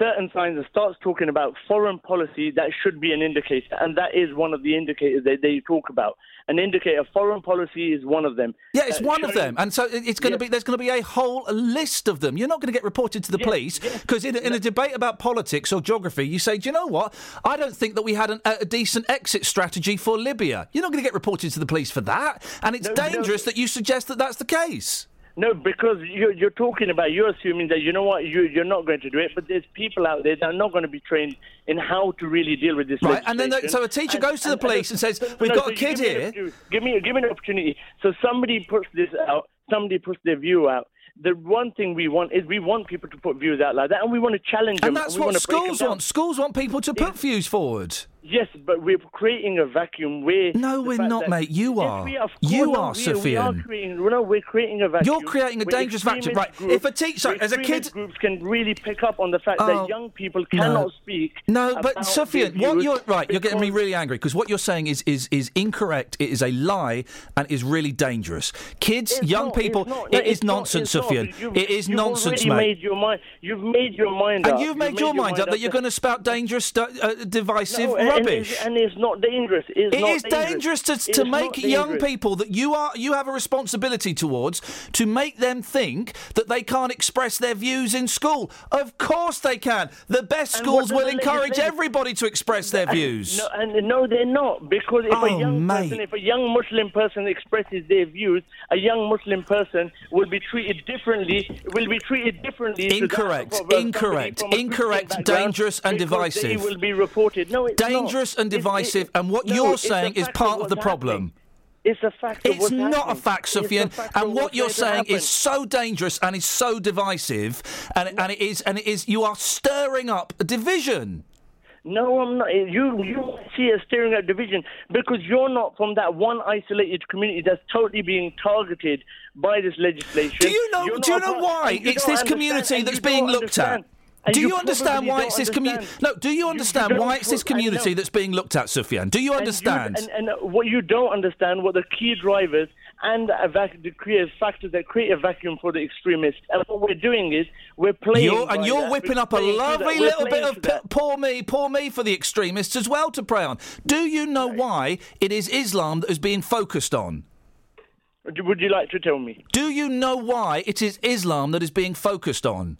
[SPEAKER 19] certain signs and starts talking about foreign policy, that should be an indicator. And that is one of the indicators that they talk about. An indicator, foreign policy is one of them.
[SPEAKER 3] Yeah, it's
[SPEAKER 19] Uh,
[SPEAKER 3] one of
[SPEAKER 19] showing-
[SPEAKER 3] them, and so it- it's going to be.
[SPEAKER 19] Yeah.
[SPEAKER 3] There's going to be a whole list of them. You're not going to get reported to the police because in, a- in a debate about politics or geography, you say, "Do you know what? I don't think that we had an, a a decent exit strategy for Libya." You're not going to get reported to the police for that, and it's
[SPEAKER 19] No, no.
[SPEAKER 3] dangerous that you suggest that that's the case.
[SPEAKER 19] No, because you're, you're talking about, you're assuming that, you know what, you, you're not going to do it, but there's people out there that are not going to be trained in how to really deal with this
[SPEAKER 3] Right, and then
[SPEAKER 19] legislation.
[SPEAKER 3] the- so a teacher
[SPEAKER 19] And-
[SPEAKER 3] goes to the police and says, "We've got a
[SPEAKER 19] you
[SPEAKER 3] kid
[SPEAKER 19] give me an
[SPEAKER 3] here."
[SPEAKER 19] opportu- Give me, give me an opportunity. So somebody puts this out, somebody puts their view out. The one thing we want is we want people to put views out like that, and we want to challenge them.
[SPEAKER 3] And that's
[SPEAKER 19] we
[SPEAKER 3] what
[SPEAKER 19] want to break them
[SPEAKER 3] schools
[SPEAKER 19] down.
[SPEAKER 3] want. Schools want people to put views forward.
[SPEAKER 19] Yes, but we're creating a vacuum where.
[SPEAKER 3] No,
[SPEAKER 19] the
[SPEAKER 3] we're
[SPEAKER 19] fact
[SPEAKER 3] not,
[SPEAKER 19] that-
[SPEAKER 3] mate. You
[SPEAKER 19] Yes,
[SPEAKER 3] are.
[SPEAKER 19] we of
[SPEAKER 3] You
[SPEAKER 19] course- no,
[SPEAKER 3] are,
[SPEAKER 19] we We are
[SPEAKER 3] Sufyan.
[SPEAKER 19] creating. No, we're creating a vacuum.
[SPEAKER 3] You're creating a
[SPEAKER 19] where
[SPEAKER 3] dangerous vacuum.
[SPEAKER 19] extremist
[SPEAKER 3] Right,
[SPEAKER 19] groups-
[SPEAKER 3] if a teacher- sorry,
[SPEAKER 19] where
[SPEAKER 3] as a
[SPEAKER 19] extremist
[SPEAKER 3] kid-
[SPEAKER 19] groups can really pick up on the fact
[SPEAKER 3] Oh,
[SPEAKER 19] that young people cannot speak.
[SPEAKER 3] No,
[SPEAKER 19] about
[SPEAKER 3] but Sufyan,
[SPEAKER 19] their
[SPEAKER 3] what
[SPEAKER 19] views
[SPEAKER 3] you're right, you're getting me
[SPEAKER 19] because-
[SPEAKER 3] really angry because what you're saying is is is incorrect. It is a lie and is really dangerous. Kids,
[SPEAKER 19] It's
[SPEAKER 3] young
[SPEAKER 19] not,
[SPEAKER 3] people,
[SPEAKER 19] it's not,
[SPEAKER 3] it
[SPEAKER 19] it's
[SPEAKER 3] is
[SPEAKER 19] not,
[SPEAKER 3] nonsense,
[SPEAKER 19] it's not.
[SPEAKER 3] Sufyan.
[SPEAKER 19] You've-
[SPEAKER 3] It is
[SPEAKER 19] you've
[SPEAKER 3] nonsense,
[SPEAKER 19] already
[SPEAKER 3] mate.
[SPEAKER 19] Made your mind, you've made your mind
[SPEAKER 3] And
[SPEAKER 19] up.
[SPEAKER 3] you've made your mind up that you're going to spout dangerous, stu- uh, divisive
[SPEAKER 19] No, and- and
[SPEAKER 3] rubbish.
[SPEAKER 19] it's- And it's not dangerous. It's
[SPEAKER 3] It
[SPEAKER 19] not
[SPEAKER 3] is dangerous to,
[SPEAKER 19] It's
[SPEAKER 3] to
[SPEAKER 19] not
[SPEAKER 3] make young
[SPEAKER 19] dangerous.
[SPEAKER 3] people that you are you have a responsibility towards to make them think that they can't express their views in school. Of course they can. The best
[SPEAKER 19] And
[SPEAKER 3] schools
[SPEAKER 19] what does
[SPEAKER 3] will
[SPEAKER 19] the
[SPEAKER 3] encourage
[SPEAKER 19] legislation-
[SPEAKER 3] everybody to express their
[SPEAKER 19] And-
[SPEAKER 3] views.
[SPEAKER 19] No, and no, they're not because if
[SPEAKER 3] Oh,
[SPEAKER 19] a young person,
[SPEAKER 3] mate.
[SPEAKER 19] if a young Muslim person expresses their views, a young Muslim person will be treated differently. Will be treated differently. to that
[SPEAKER 3] Incorrect,
[SPEAKER 19] of a- somebody
[SPEAKER 3] incorrect,
[SPEAKER 19] from a Christian
[SPEAKER 3] incorrect,
[SPEAKER 19] background
[SPEAKER 3] dangerous and
[SPEAKER 19] because They
[SPEAKER 3] divisive.
[SPEAKER 19] will be reported. No, it's not.
[SPEAKER 3] Dangerous and
[SPEAKER 19] It's- it-
[SPEAKER 3] divisive, and what
[SPEAKER 19] no,
[SPEAKER 3] you're
[SPEAKER 19] it's a
[SPEAKER 3] saying is
[SPEAKER 19] fact
[SPEAKER 3] part of
[SPEAKER 19] what's
[SPEAKER 3] the problem.
[SPEAKER 19] happening. It's a fact. of
[SPEAKER 3] It's
[SPEAKER 19] what's
[SPEAKER 3] not a
[SPEAKER 19] happening.
[SPEAKER 3] fact,
[SPEAKER 19] It's a
[SPEAKER 3] Sufyan.
[SPEAKER 19] fact of
[SPEAKER 3] And what
[SPEAKER 19] what's
[SPEAKER 3] you're
[SPEAKER 19] going to
[SPEAKER 3] saying
[SPEAKER 19] happen.
[SPEAKER 3] is so dangerous and is so divisive, and, it- and it is and it is you are stirring up a division.
[SPEAKER 19] No, I'm not. You you see us staring at division because you're not from that one isolated community that's totally being targeted by this legislation.
[SPEAKER 3] Do you know?
[SPEAKER 19] You're
[SPEAKER 3] Do you
[SPEAKER 19] not a
[SPEAKER 3] know
[SPEAKER 19] part-
[SPEAKER 3] why
[SPEAKER 19] and you
[SPEAKER 3] it's
[SPEAKER 19] don't
[SPEAKER 3] this
[SPEAKER 19] understand-
[SPEAKER 3] community
[SPEAKER 19] and
[SPEAKER 3] that's
[SPEAKER 19] you
[SPEAKER 3] being
[SPEAKER 19] don't
[SPEAKER 3] looked
[SPEAKER 19] understand.
[SPEAKER 3] at?
[SPEAKER 19] And
[SPEAKER 3] Do you,
[SPEAKER 19] probably
[SPEAKER 3] understand why
[SPEAKER 19] don't
[SPEAKER 3] it's this community?
[SPEAKER 19] understand.
[SPEAKER 3] No. Do you understand
[SPEAKER 19] don't
[SPEAKER 3] why it's this
[SPEAKER 19] pro- I know.
[SPEAKER 3] community that's being looked at, Sufyan? Do you understand?
[SPEAKER 19] And, you, and, and what you don't understand, what the key drivers and a vac- the create factors that create a vacuum for the extremists, and what we're doing is we're playing.
[SPEAKER 3] You're, and
[SPEAKER 19] by
[SPEAKER 3] you're
[SPEAKER 19] that.
[SPEAKER 3] whipping
[SPEAKER 19] We're
[SPEAKER 3] up a
[SPEAKER 19] playing to that.
[SPEAKER 3] lovely
[SPEAKER 19] We're
[SPEAKER 3] little bit
[SPEAKER 19] playing
[SPEAKER 3] of
[SPEAKER 19] to
[SPEAKER 3] p- poor me, poor me for the extremists as well to prey on. Do you know why it is Islam that is being focused on?
[SPEAKER 19] that. Would you like to tell me?
[SPEAKER 3] Do you know why it is Islam that is being focused on?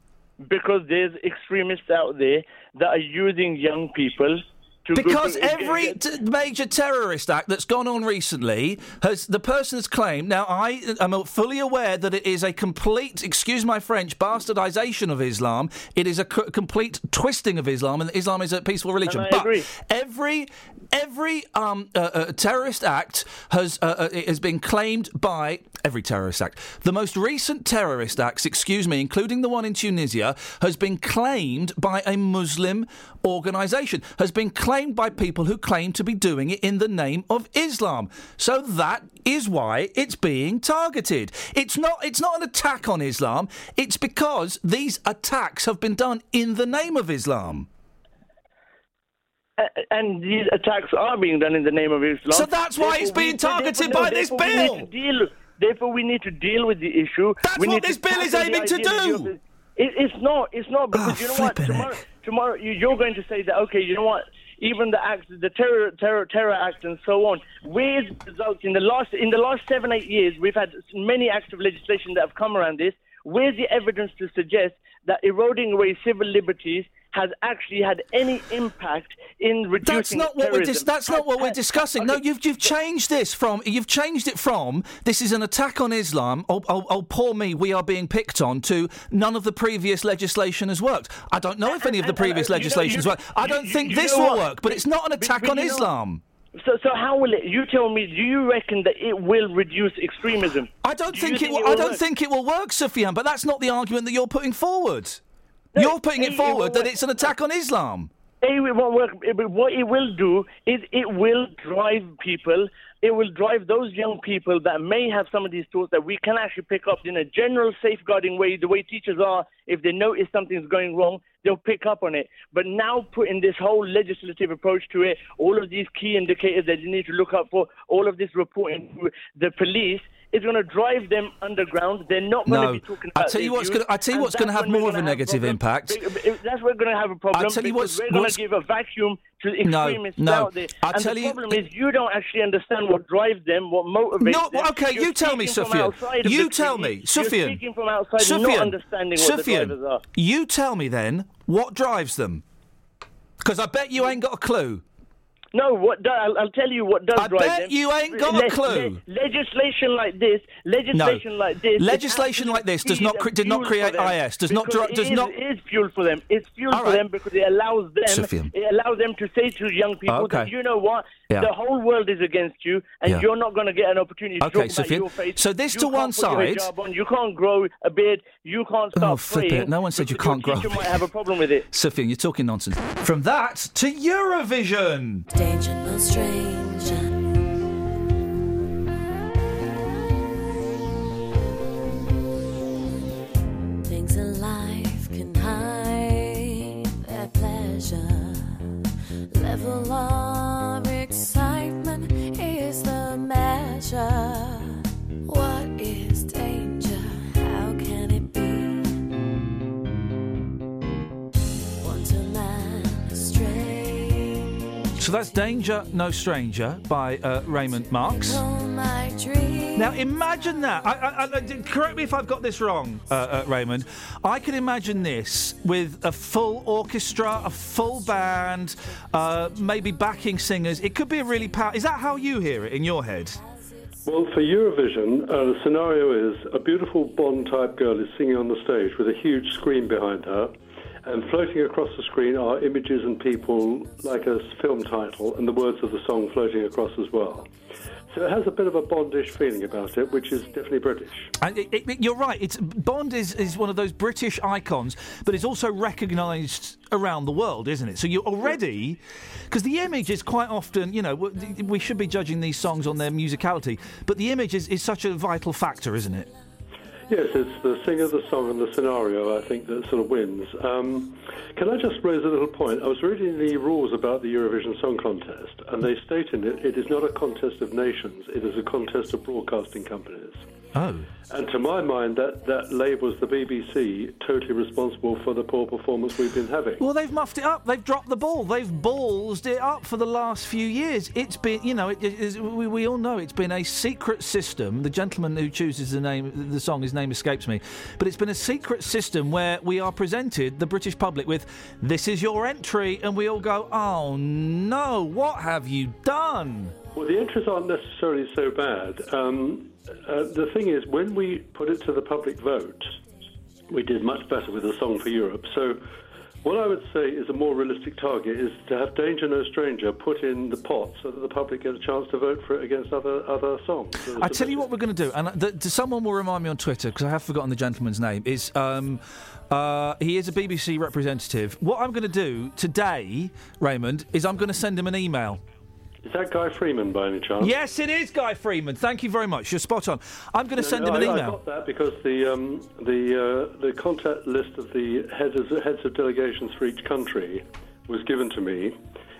[SPEAKER 19] Because there's extremists out there that are using young people to.
[SPEAKER 3] Because
[SPEAKER 19] go-
[SPEAKER 3] every t- major terrorist act that's gone on recently has the person has claimed. Now I am fully aware that it is a complete, excuse my French, bastardization of Islam. It is a c- complete twisting of Islam, and Islam is a peaceful religion.
[SPEAKER 19] I
[SPEAKER 3] but
[SPEAKER 19] agree.
[SPEAKER 3] every every um, uh, uh, terrorist act has uh, uh, it has been claimed by every terrorist act. The most recent terrorist acts, excuse me, including the one in Tunisia, has been claimed by a Muslim organisation. Has been claimed by people who claim to be doing it in the name of Islam. So that is why it's being targeted. It's not. It's not an attack on Islam. It's because these attacks have been done in the name of Islam.
[SPEAKER 19] A- and these attacks are being done in the name of Islam.
[SPEAKER 3] So that's why it's
[SPEAKER 19] Therefore, we-
[SPEAKER 3] being targeted
[SPEAKER 19] therefore,
[SPEAKER 3] by
[SPEAKER 19] no,
[SPEAKER 3] this
[SPEAKER 19] therefore we
[SPEAKER 3] bill.
[SPEAKER 19] need to deal- therefore, we need to deal with the issue.
[SPEAKER 3] That's
[SPEAKER 19] We
[SPEAKER 3] what
[SPEAKER 19] need
[SPEAKER 3] this bill is
[SPEAKER 19] tackle the
[SPEAKER 3] aiming to
[SPEAKER 19] ideology
[SPEAKER 3] do.
[SPEAKER 19] of It, It- it's not. It's not because
[SPEAKER 3] Oh,
[SPEAKER 19] you know what. Tomorrow, tomorrow you, you're going to say that. Okay, you know what. Even the acts, the terror, terror, terror acts, and so on. Where's the results in the last in the last seven, eight years? We've had many acts of legislation that have come around this. Where's the evidence to suggest that eroding away civil liberties has actually had any impact in reducing
[SPEAKER 3] That's not what we're dis-
[SPEAKER 19] terrorism.
[SPEAKER 3] that's not what we're discussing. No, you've you've changed this from you've changed it from this is an attack on Islam. Oh, oh, oh poor me, we are being picked on. To none of the previous legislation has workkt. I don't know if any of the previous
[SPEAKER 19] uh, you know,
[SPEAKER 3] legislation has
[SPEAKER 19] you-
[SPEAKER 3] worked. I
[SPEAKER 19] you-
[SPEAKER 3] don't think
[SPEAKER 19] you
[SPEAKER 3] this
[SPEAKER 19] know
[SPEAKER 3] will
[SPEAKER 19] what?
[SPEAKER 3] work. But it's not an
[SPEAKER 19] But-
[SPEAKER 3] attack
[SPEAKER 19] but
[SPEAKER 3] on
[SPEAKER 19] you know-
[SPEAKER 3] Islam.
[SPEAKER 19] So, so how will it? You tell me. Do you reckon that it will reduce extremism?
[SPEAKER 3] I don't think, it. Will, I don't think it will work, Sufyan. But that's not the argument that you're putting forward. you're putting it,
[SPEAKER 19] it- it
[SPEAKER 3] forward
[SPEAKER 19] will
[SPEAKER 3] that
[SPEAKER 19] work.
[SPEAKER 3] it's an attack on Islam.
[SPEAKER 19] It won't work. eh, But what it will do is it will drive people. It will drive those young people that may have some of these thoughts that we can actually pick up in a general safeguarding way. The way teachers are, if they notice something's going wrong, they'll pick up on it. But now putting this whole legislative approach to it, all of these key indicators that you need to look out for, all of this reporting to the police. is going to drive them underground. They're not going to
[SPEAKER 3] No,
[SPEAKER 19] be talking
[SPEAKER 3] I
[SPEAKER 19] about.
[SPEAKER 3] tell you
[SPEAKER 19] their
[SPEAKER 3] what's
[SPEAKER 19] views,
[SPEAKER 3] going. I tell you
[SPEAKER 19] and
[SPEAKER 3] what's going to
[SPEAKER 19] that's
[SPEAKER 3] have
[SPEAKER 19] when we're
[SPEAKER 3] more of a
[SPEAKER 19] gonna have
[SPEAKER 3] negative
[SPEAKER 19] problems.
[SPEAKER 3] impact.
[SPEAKER 19] That's we're going to have a problem.
[SPEAKER 3] I'll tell you
[SPEAKER 19] because
[SPEAKER 3] what's-
[SPEAKER 19] we're going
[SPEAKER 3] what's-
[SPEAKER 19] to give a vacuum to the
[SPEAKER 3] No,
[SPEAKER 19] extremists
[SPEAKER 3] no.
[SPEAKER 19] out there.
[SPEAKER 3] I'll
[SPEAKER 19] and
[SPEAKER 3] tell
[SPEAKER 19] the
[SPEAKER 3] you-
[SPEAKER 19] problem is you don't actually understand what drives them, what motivates
[SPEAKER 3] No,
[SPEAKER 19] them.
[SPEAKER 3] okay,
[SPEAKER 19] You're
[SPEAKER 3] you tell me,
[SPEAKER 19] speaking from
[SPEAKER 3] Sufyan.
[SPEAKER 19] outside of
[SPEAKER 3] You
[SPEAKER 19] the
[SPEAKER 3] tell
[SPEAKER 19] community.
[SPEAKER 3] me, Sufyan.
[SPEAKER 19] You're speaking from outside, not understanding what
[SPEAKER 3] Sufyan,
[SPEAKER 19] the drivers are.
[SPEAKER 3] you tell me then what drives them, because I bet you ain't got a clue.
[SPEAKER 19] No, what do, I'll, I'll tell you what does
[SPEAKER 3] I
[SPEAKER 19] drive
[SPEAKER 3] bet
[SPEAKER 19] them.
[SPEAKER 3] you ain't got a clue.
[SPEAKER 19] le- legislation like this, legislation like this, is
[SPEAKER 3] Legislation
[SPEAKER 19] actually
[SPEAKER 3] like this does
[SPEAKER 19] feed
[SPEAKER 3] not cre-
[SPEAKER 19] and
[SPEAKER 3] did not
[SPEAKER 19] fuel for
[SPEAKER 3] create
[SPEAKER 19] them
[SPEAKER 3] IS, does not
[SPEAKER 19] because
[SPEAKER 3] dri- does
[SPEAKER 19] it is,
[SPEAKER 3] not-
[SPEAKER 19] It is fuel for them. It's fuel
[SPEAKER 3] All
[SPEAKER 19] for
[SPEAKER 3] right.
[SPEAKER 19] them because it allows them.
[SPEAKER 3] Sophia.
[SPEAKER 19] It allows them to say to young people,
[SPEAKER 3] Okay.
[SPEAKER 19] that, you know what,
[SPEAKER 3] Yeah.
[SPEAKER 19] the whole world is against you, and
[SPEAKER 3] Yeah.
[SPEAKER 19] you're not going to get an opportunity to
[SPEAKER 3] Okay,
[SPEAKER 19] talk about
[SPEAKER 3] Sophia.
[SPEAKER 19] your faith.
[SPEAKER 3] So this
[SPEAKER 19] You
[SPEAKER 3] to
[SPEAKER 19] can't
[SPEAKER 3] one
[SPEAKER 19] put your
[SPEAKER 3] side-
[SPEAKER 19] hijab on, you can't grow a beard. You can't start
[SPEAKER 3] Oh, flip
[SPEAKER 19] praying
[SPEAKER 3] it! No one said you
[SPEAKER 19] because
[SPEAKER 3] can't grow.
[SPEAKER 19] your teacher might have a problem with it.
[SPEAKER 3] Sufyan, you're talking nonsense. From that to Eurovision.
[SPEAKER 20] Danger, no stranger. Things in life can hide their pleasure. Level of excitement is the measure. What is danger? How can it be? Once a man astray,
[SPEAKER 3] So that's Danger No Stranger by uh, Raymond Marks.
[SPEAKER 20] all my dreams.
[SPEAKER 3] Now imagine that. I, I, I, d- correct me if I've got this wrong, uh, uh, Raymond. I can imagine this with a full orchestra, a full band, uh, maybe backing singers. It could be a really power. Is that how you hear it in your head?
[SPEAKER 21] Well, for Eurovision, uh, the scenario is a beautiful Bond type girl is singing on the stage with a huge screen behind her, and floating across the screen are images and people like a s- film title, and the words of the song floating across as well. So it has a bit of a Bondish feeling about it, which is definitely British.
[SPEAKER 3] And it, it, you're right. It's Bond is, is one of those British icons, but it's also recognised around the world, isn't it? So you're already because the image is quite often, you know, w- we should be judging these songs on their musicality, but the image is, is such a vital factor, isn't it?
[SPEAKER 21] Yes, it's the singer, the song, and the scenario, I think, that sort of wins. Um, can I just raise a little point? I was reading the rules about the Eurovision Song Contest, and they state in it it is not a contest of nations, it is a contest of broadcasting companies.
[SPEAKER 3] Oh.
[SPEAKER 21] And to my mind, that, that labels the BBC totally responsible for the poor performance we've been having.
[SPEAKER 3] Well, they've muffed it up. They've dropped the ball. They've ballsed it up for the last few years. It's been, you know, it, it, it's- we, we all know it's been a secret system. The gentleman who chooses the name, the song, his name escapes me, but it's been a secret system where we are presented the British public with, "This is your entry," and we all go, "Oh no, what have you done?"
[SPEAKER 21] Well, the entries aren't necessarily so bad. Um, uh, the thing is, when we put it to the public vote, we did much better with the song for Europe. So, what I would say is a more realistic target is to have Danger No Stranger put in the pot so that the public get a chance to vote for it against other other songs.
[SPEAKER 3] I tell you what we're going to do, and uh, th- th- someone will remind me on Twitter because I have forgotten the gentleman's name. Is um, uh, he is a BBC representative. What I'm going to do today, Raymond, is I'm going to send him an email.
[SPEAKER 21] Is that Guy Freeman by any chance?
[SPEAKER 3] Yes, it is Guy Freeman. Thank you very much. You're spot on. I'm going to
[SPEAKER 21] No,
[SPEAKER 3] send
[SPEAKER 21] no,
[SPEAKER 3] him an
[SPEAKER 21] I, I
[SPEAKER 3] email.
[SPEAKER 21] got that because the um, the uh, the contact list of the heads of, heads of delegations for each country was given to me,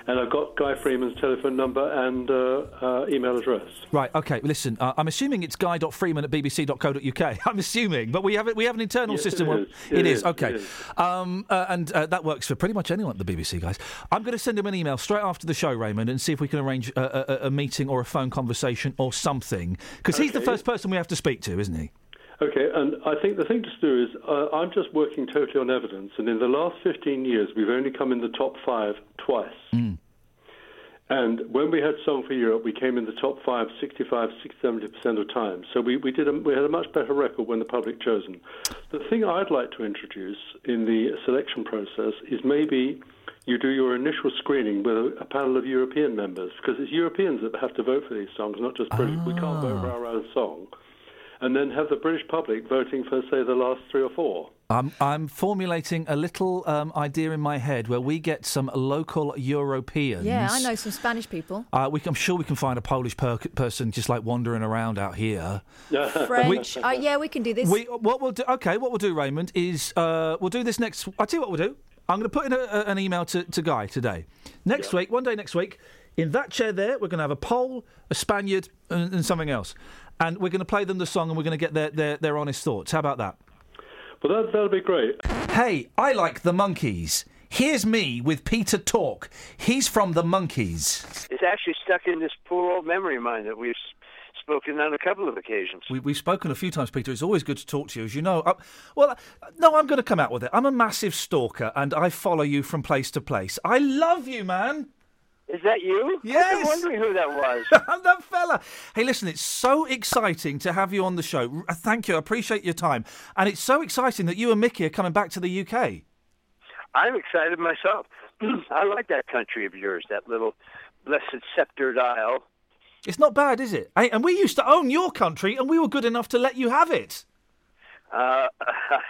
[SPEAKER 21] and I've got Guy Freeman's telephone number and uh, uh, email address.
[SPEAKER 3] Right. Okay. Listen. Uh, I'm assuming it's guy.freeman at bbc.co.uk. <laughs> I'm assuming, but we have it. We have an internal
[SPEAKER 21] Yes, it is.
[SPEAKER 3] system. where-
[SPEAKER 21] It
[SPEAKER 3] it is.
[SPEAKER 21] is,
[SPEAKER 3] Okay.
[SPEAKER 21] it is.
[SPEAKER 3] Um, uh, and uh, that works for pretty much anyone at the BBC, guys. I'm going to send him an email straight after the show, Raymond, and see if we can arrange a, a, a meeting or a phone conversation or something. Because he's the
[SPEAKER 21] Okay.
[SPEAKER 3] first person we have to speak to, isn't he?
[SPEAKER 21] Okay, and I think the thing to do is uh, I'm just working totally on evidence, and in the last 15 years, we've only come in the top five twice. And when we had Song for Europe, we came in the top five, 65, 70% of time. So we, we, did a, we had a much better record when the public chosen. The thing I'd like to introduce in the selection process is maybe you do your initial screening with a, a panel of European members, because it's Europeans that have to vote for these songs, not just British. We can't vote for our own song. And then have the British public voting for, say, the last three or four. <laughs>
[SPEAKER 3] I'm, I'm formulating a little um, idea in my head where we get some local Europeans.
[SPEAKER 13] Yeah, I know some Spanish people.
[SPEAKER 3] Uh, we, I'm sure we can find a Polish per- person just like wandering around out here.
[SPEAKER 13] French.
[SPEAKER 3] We-
[SPEAKER 13] Oh, yeah, we can do this.
[SPEAKER 3] we what we'll do okay what we'll do Raymond is uh, we'll do this next I'll tell you what we'll do I'm going to put in a, a- an email to, to Guy today next week one day next week in that chair there we're going to have a Pole a Spaniard and, and something else and we're going to play them the song and we're going to get their, their, their honest thoughts how about that
[SPEAKER 21] well that, that'll be great
[SPEAKER 3] hey I like the monkeys here's me with Peter Talk he's from the monkeys
[SPEAKER 1] It's actually stuck in this poor old memory of mine that we've s- spoken on a couple of occasions.
[SPEAKER 3] We, we've spoken a few times, Peter. It's always good to talk to you, as you know. I, well, I- no, I'm going to come out with it. I'm a massive stalker, and I follow you from place to place. I love you, man.
[SPEAKER 1] Is that you?
[SPEAKER 3] Yes.
[SPEAKER 1] I was wondering who that was.
[SPEAKER 3] <laughs> I'm that fella. Hey, listen, it's so exciting to have you on the show. R- Thank you. I appreciate your time. And it's so exciting that you and Mickey are coming back to the UK.
[SPEAKER 1] I'm excited myself. <clears throat> I like that country of yours, that little blessed sceptered isle.
[SPEAKER 3] It's not bad, is it? Hey, and we used to own your country, and we were good enough to let you have it.
[SPEAKER 1] Uh,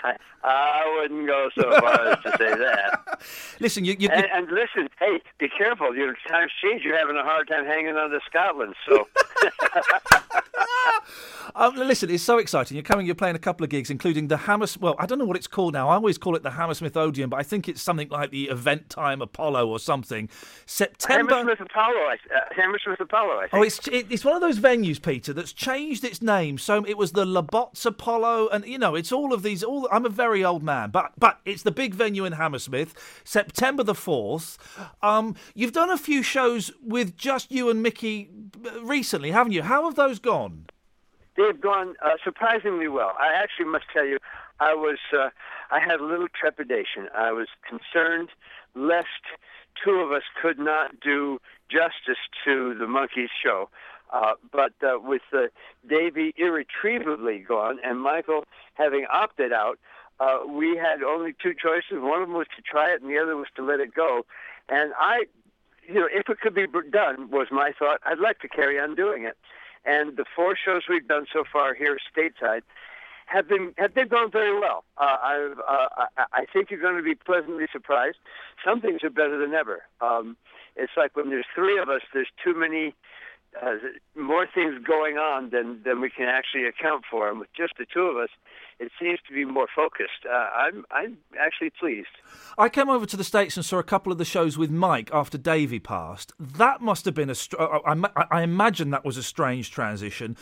[SPEAKER 1] <laughs> I wouldn't go so far as to say that.
[SPEAKER 3] Listen, <laughs> you. you, you-
[SPEAKER 1] and, and listen, hey, be careful. Your time's changed. You're having a hard time hanging on to Scotland, so.
[SPEAKER 3] Um, listen, it's so exciting. You're coming. You're playing a couple of gigs, including the Hammers. Well, I don't know what it's called now. I always call it the Hammersmith Odeon, but I think it's something like the Event Time Apollo or something. September.
[SPEAKER 1] Hammersmith Apollo, I, uh, Hammersmith Apollo, I think.
[SPEAKER 3] Oh, it's it, it's one of those venues, Peter, that's changed its name. So it was the Labots Apollo, and you know, it's all of these. All I'm a very old man, but but it's the big venue in Hammersmith, September the fourth. Um, you've done a few shows with just you and Mickey uh, recently, haven't you? How have those gone?
[SPEAKER 1] They've gone uh, surprisingly well. I actually must tell you, I was uh, I had a little trepidation. I was concerned lest two of us could not do justice to the Monkeys show. Uh, but uh, with uh, Davey irretrievably gone and Michael having opted out, uh, we had only two choices. One of them was to try it, and the other was to let it go. And I you know, if it could be br- done, was my thought. I'd like to carry on doing it. And the four shows we've done so far here stateside have been have they've gone very well. Uh, I've, uh, I, I think you're going to be pleasantly surprised. Some things are better than ever. Um, it's like when there's three of us, there's too many. Uh, more things going on than, than we can actually account for, and with just the two of us, it seems to be more focused. Uh, I'm I'm actually pleased.
[SPEAKER 3] I came over to the States and saw a couple of the shows with Mike after Davey passed. That must have been a. Str- I, I- I imagine that was a strange transition.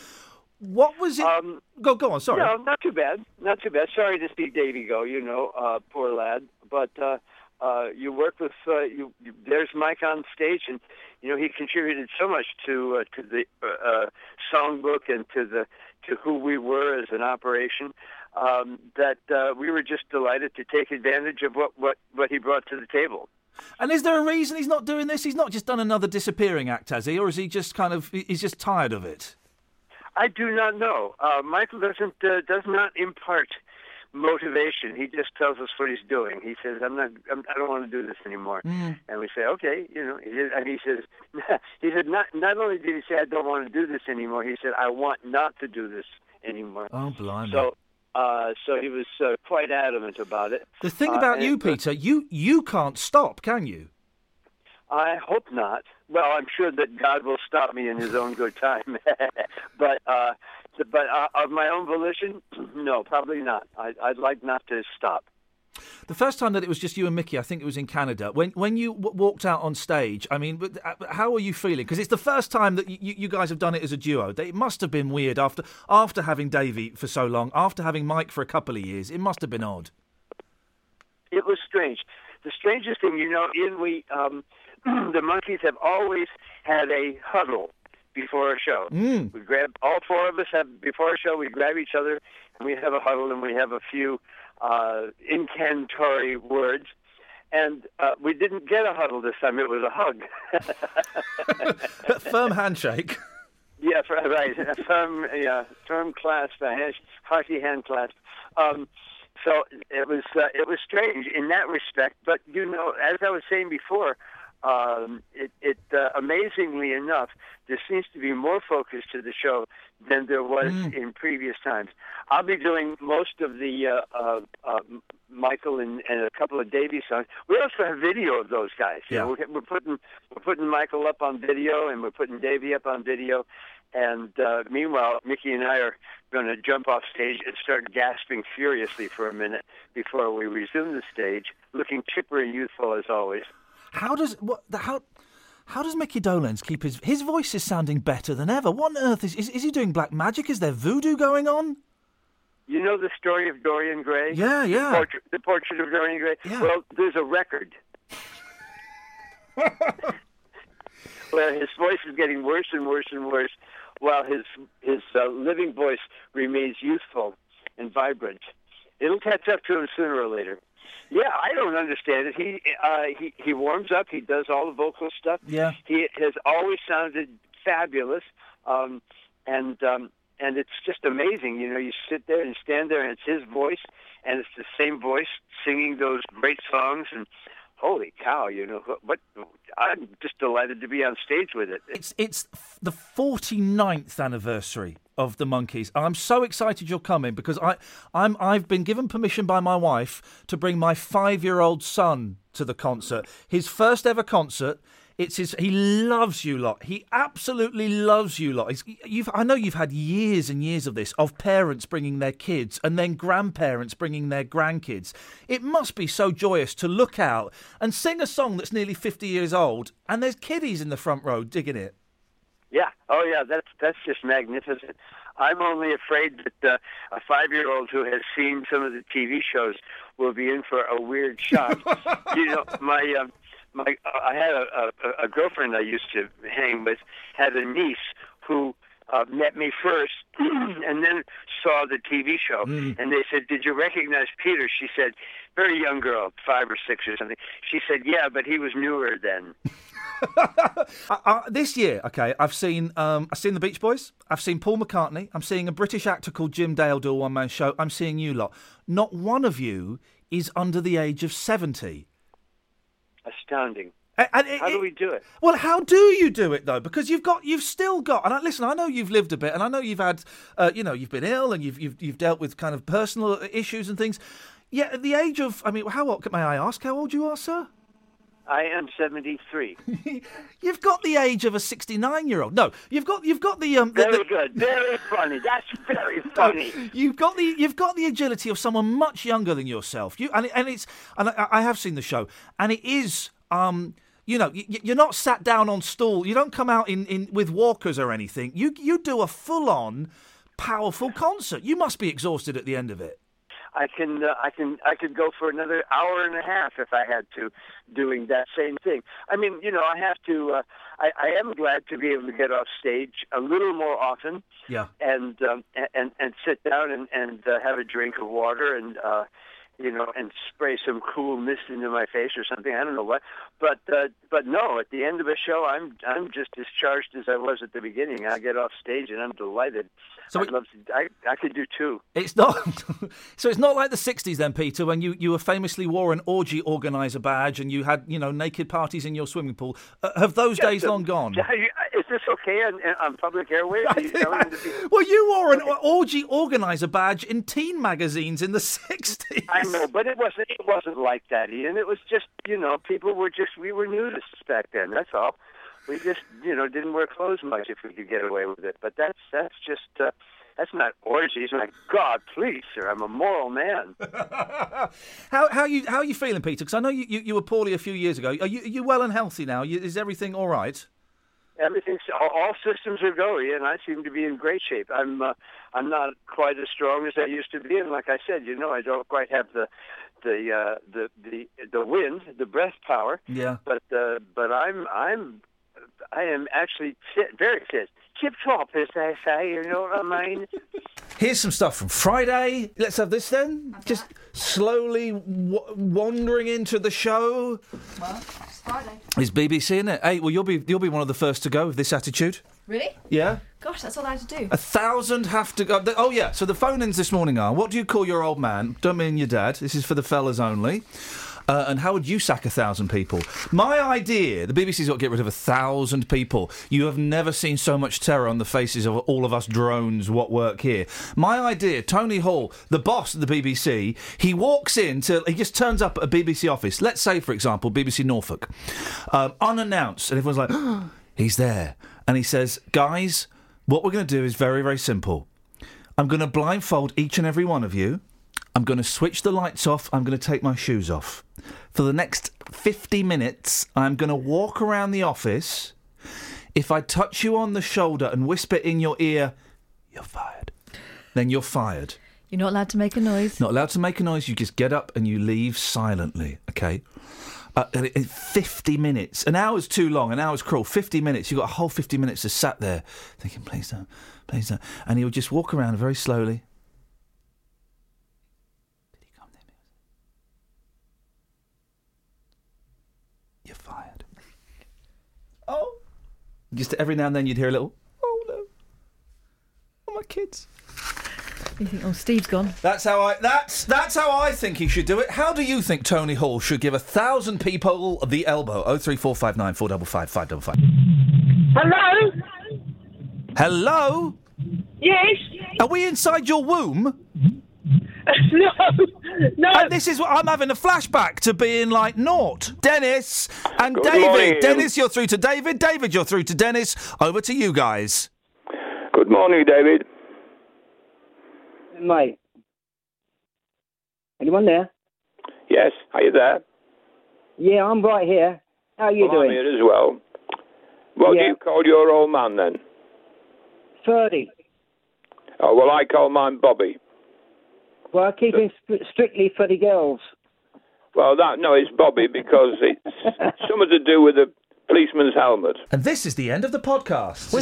[SPEAKER 3] What was it? go, go on, sorry.
[SPEAKER 1] Um, No, not too bad. Not too bad. Sorry to see Davey go. You know, uh, poor lad. But uh, uh, you work with uh, you, you. There's Mike on stage, and you know he contributed so much to uh, to the uh, uh, songbook and to the to who we were as an operation um, that uh, we were just delighted to take advantage of what what what he brought to the table.
[SPEAKER 3] And is there a reason he's not doing this? He's not just done another disappearing act, has he? Or is he just kind of. He's just tired of it?
[SPEAKER 1] I do not know. Uh, Michael doesn't uh, does not impart motivation. He just tells us what he's doing. He says, "I'm not. I'm, I don't want to do this anymore."
[SPEAKER 22] Mm.
[SPEAKER 1] And we say, "Okay, you know." He says, <laughs> and he says, "He said not. Not only did he say I don't want to do this anymore, he said I want not to do this anymore."
[SPEAKER 3] Oh, blimey.
[SPEAKER 1] So, uh, so he was uh, quite adamant about it.
[SPEAKER 3] the thing
[SPEAKER 1] Uh,
[SPEAKER 3] about
[SPEAKER 1] and-
[SPEAKER 3] you, Peter, you, you can't stop, can you?
[SPEAKER 1] I hope not. Well, I'm sure that God will stop me in His own good time. <laughs> but uh, but uh, of my own volition, <clears throat> no, probably not. I, I'd like not to stop.
[SPEAKER 3] The first time that it was just you and Mickey, I think it was in Canada. When when you w- walked out on stage, I mean, but, uh, how are you feeling? Because it's the first time that you, you guys have done it as a duo. They- It must have been weird after after having Davey for so long, after having Mike for a couple of years. It must have been odd.
[SPEAKER 1] It was strange. The <clears throat> strangest thing, you know, in we um, the monkeys have always had a huddle before a show.
[SPEAKER 3] Mm.
[SPEAKER 1] We grab all four of us have before a show. We grab each other and we have a huddle and we have a few uh, incantory words. And uh, we didn't get a huddle this time. It was a hug. <laughs>
[SPEAKER 3] Firm handshake.
[SPEAKER 1] Yes, right. <laughs> right. A firm, yeah, firm clasp, a hash, hearty hand clasp. Um, so it was uh, it was strange in that respect. But you know, as I was saying before, um, it, it uh, amazingly enough, there seems to be more focus to the show than there was in previous times. I'll be doing most of the uh, uh, uh, Michael and, and a couple of Davies songs. We also have video of those guys. You
[SPEAKER 3] Yeah.
[SPEAKER 1] know, we're, we're putting we're putting Michael up on video and we're putting Davey up on video. And uh, meanwhile, Mickey and I are going to jump off stage and start gasping furiously for a minute before we resume the stage, looking chipper and youthful as always.
[SPEAKER 3] <laughs> How does what the, how how does Mickey Dolenz keep his his voice is sounding better than ever? What on earth is is, is he doing black magic? Is there voodoo going on?
[SPEAKER 1] You know the story of Dorian Gray?
[SPEAKER 3] Yeah, yeah.
[SPEAKER 1] The portrait, the portrait of Dorian Gray? Well, there's
[SPEAKER 3] <laughs>
[SPEAKER 1] a record. where his voice is getting worse and worse and worse, while his, his uh, living voice remains youthful and vibrant. It'll catch up to him sooner or later. Yeah, I don't understand it. He uh, he he warms up. He does all the vocal stuff.
[SPEAKER 16] <clears throat>
[SPEAKER 3] Yeah.
[SPEAKER 1] he has always sounded fabulous, um, and um, and it's just amazing. You know, you sit there and stand there, and it's his voice, and it's the same voice singing those great songs. And holy cow, you know what? what I'm just delighted to be on stage with it.
[SPEAKER 3] It's it's the 49th anniversary of the Monkeys. I'm so excited you're coming because I I'm I've been given permission by my wife to bring my 5-year-old son to the concert. His first ever concert. It's his he loves you lot. He absolutely loves you lot. He's, you've I know you've had years and years of this of parents bringing their kids and then grandparents bringing their grandkids. It must be so joyous to look out and sing a song that's nearly 50 years old and there's kiddies in the front row digging it.
[SPEAKER 1] Yeah. Oh, yeah. That's that's just magnificent. I'm only afraid that uh, a five-year-old who has seen some of the TV shows will be in for a weird
[SPEAKER 3] <laughs>
[SPEAKER 1] shock. you know, my um, my I had a, a, a girlfriend I used to hang with had a niece who uh, met me first <clears throat> and then saw the TV show.
[SPEAKER 3] Hmm.
[SPEAKER 5] Mm.
[SPEAKER 1] And they said, Did you recognize Peter? She said, Very young girl, five or six or something. She said, Yeah, but he was newer
[SPEAKER 3] <laughs>
[SPEAKER 1] then.
[SPEAKER 3] I, I, this year, okay, I've seen um, I've seen the Beach Boys, I've seen Paul McCartney, I'm seeing a British actor called Jim Dale do a one man show. I'm seeing you lot. Not one of you is under the age of seventy.
[SPEAKER 1] Astounding.
[SPEAKER 3] A- and it-
[SPEAKER 1] How do
[SPEAKER 3] it-
[SPEAKER 1] we do it?
[SPEAKER 3] Well, how do you do it though? Because you've got, you've still got. And I, listen, I know you've lived a bit, and I know you've had, uh, you know, you've been ill, and you've, you've you've dealt with kind of personal issues and things. Yet at the age of, I mean, how old? May I ask how old you are, sir?
[SPEAKER 1] I am 73.
[SPEAKER 3] <laughs> You've got the age of a sixty-nine-year-old. No, you've got you've got the um. the-
[SPEAKER 1] Very
[SPEAKER 3] the-
[SPEAKER 1] good. Very funny. That's
[SPEAKER 3] <laughs>
[SPEAKER 1] very funny.
[SPEAKER 3] You've got the you've got the agility of someone much younger than yourself. You and it- and it's and I, I have seen the show, and it is um you know y- y- you're not sat down on stool. You don't come out in, in with walkers or anything. You you do a full on powerful concert. You must be exhausted at the end of it.
[SPEAKER 1] I can uh, I can I could go for another hour and a half if I had to, doing that same thing. I mean, you know, I have to. Uh, I, I am glad to be able to get off stage a little more often
[SPEAKER 3] Yeah.
[SPEAKER 1] and um, a- and and sit down and and uh, have a drink of water and. Uh, you know, and spray some cool mist into my face or something. I don't know what, but uh, but no. At the end of a show, I'm I'm just as charged as I was at the beginning. I get off stage and I'm delighted.
[SPEAKER 3] So
[SPEAKER 1] I'd love to. I I could do two.
[SPEAKER 3] It's not so. It's not like the '60s, then, Peter, when you, you were famously wore an orgy organizer badge and you had you know naked parties in your swimming pool. Uh, have those days long gone?
[SPEAKER 1] Yeah, you- uh, Is this okay on, on public
[SPEAKER 3] <laughs>
[SPEAKER 1] airways? Are you telling them to be-
[SPEAKER 3] Well, you wore an orgy organizer badge in teen magazines in the '60s.
[SPEAKER 1] I know, but it wasn't. It wasn't like that, Ian. It was just you know, people were just we were nudists back then. That's all. We just you know didn't wear clothes much if we could get away with it. But that's that's just uh, that's not orgies. My God, please, sir, I'm a moral man.
[SPEAKER 3] How how you how are you feeling, Peter? Because I know you, you, you were poorly a few years ago. Are you are you well and healthy now? You, is everything all right?
[SPEAKER 1] Everything's all, all systems are going, and I seem to be in great shape. I'm uh, I'm not quite as strong as I used to be, and like I said, you know, I don't quite have the the uh, the the the wind, the breath power.
[SPEAKER 3] Yeah.
[SPEAKER 1] But uh, but I'm I'm I am actually ti- very pissed. Tip top, as they say. You know what I mean?
[SPEAKER 3] Here's some stuff from Friday. Let's have this then. Just slowly w- wandering into the show.
[SPEAKER 4] Well, it's Friday.
[SPEAKER 3] Is BBC in it? Hey, well you'll be you'll be one of the first to go with this attitude.
[SPEAKER 4] Really?
[SPEAKER 3] Yeah.
[SPEAKER 4] Gosh, that's all I had to do.
[SPEAKER 3] A thousand have to go. th- Oh yeah. So the phone-ins this morning are: What do you call your old man? Don't mean your dad. This is for the fellas only. Uh, and how would you sack a thousand people? My idea: the BBC's got to get rid of a thousand people. You have never seen so much terror on the faces of all of us drones. What work here? My idea: Tony Hall, the boss of the BBC, he walks in to he just turns up at a BBC office. Let's say, for example, BBC Norfolk, um, unannounced, and everyone's like, he's there, and he says, guys. What we're going to do is very, very simple. I'm going to blindfold each and every one of you. I'm going to switch the lights off. I'm going to take my shoes off. For the next 50 minutes, I'm going to walk around the office. If I touch you on the shoulder and whisper in your ear, you're fired, then you're fired.
[SPEAKER 4] You're not allowed to make a noise.
[SPEAKER 3] Not allowed to make a noise. You just get up and you leave silently. Okay. Uh, and it- it- 50 minutes. An hour's too long. An hour's cruel. 50 minutes. You've got a whole 50 minutes just sat there thinking, please don't, please don't. And he would just walk around very slowly. You're fired. Oh. Just every now and then you'd hear a little, oh no. Oh, my kids.
[SPEAKER 13] You think, oh, Steve's gone.
[SPEAKER 3] That's how I. That's that's how I think he should do it. How do you think Tony Hall should give a thousand people the elbow? Oh three four five nine four double five five double five.
[SPEAKER 17] Hello?
[SPEAKER 3] Hello.
[SPEAKER 17] Yes.
[SPEAKER 3] Are we inside your womb?
[SPEAKER 5] <laughs>
[SPEAKER 17] no. No.
[SPEAKER 3] And this is what I'm having a flashback to being like naught. Dennis and
[SPEAKER 5] Good
[SPEAKER 3] David.
[SPEAKER 5] morning.
[SPEAKER 3] Dennis, you're through to David. David, you're through to Dennis. Over to you guys.
[SPEAKER 5] Good morning, David.
[SPEAKER 17] Mate. Anyone there?
[SPEAKER 5] Yes, are you there?
[SPEAKER 17] Yeah, I'm right here. How are you
[SPEAKER 5] well,
[SPEAKER 17] doing?
[SPEAKER 5] I'm here as well. What do you call your old man then?
[SPEAKER 17] 30.
[SPEAKER 5] Oh, well, I call mine Bobby.
[SPEAKER 17] Well, I keep it sp- strictly for the girls.
[SPEAKER 5] Well, that no, it's Bobby because it's
[SPEAKER 17] <laughs>
[SPEAKER 5] something to do with a policeman's helmet.
[SPEAKER 3] And this is the end of the podcast.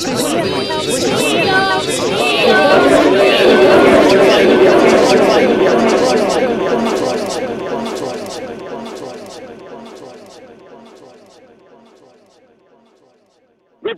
[SPEAKER 17] Good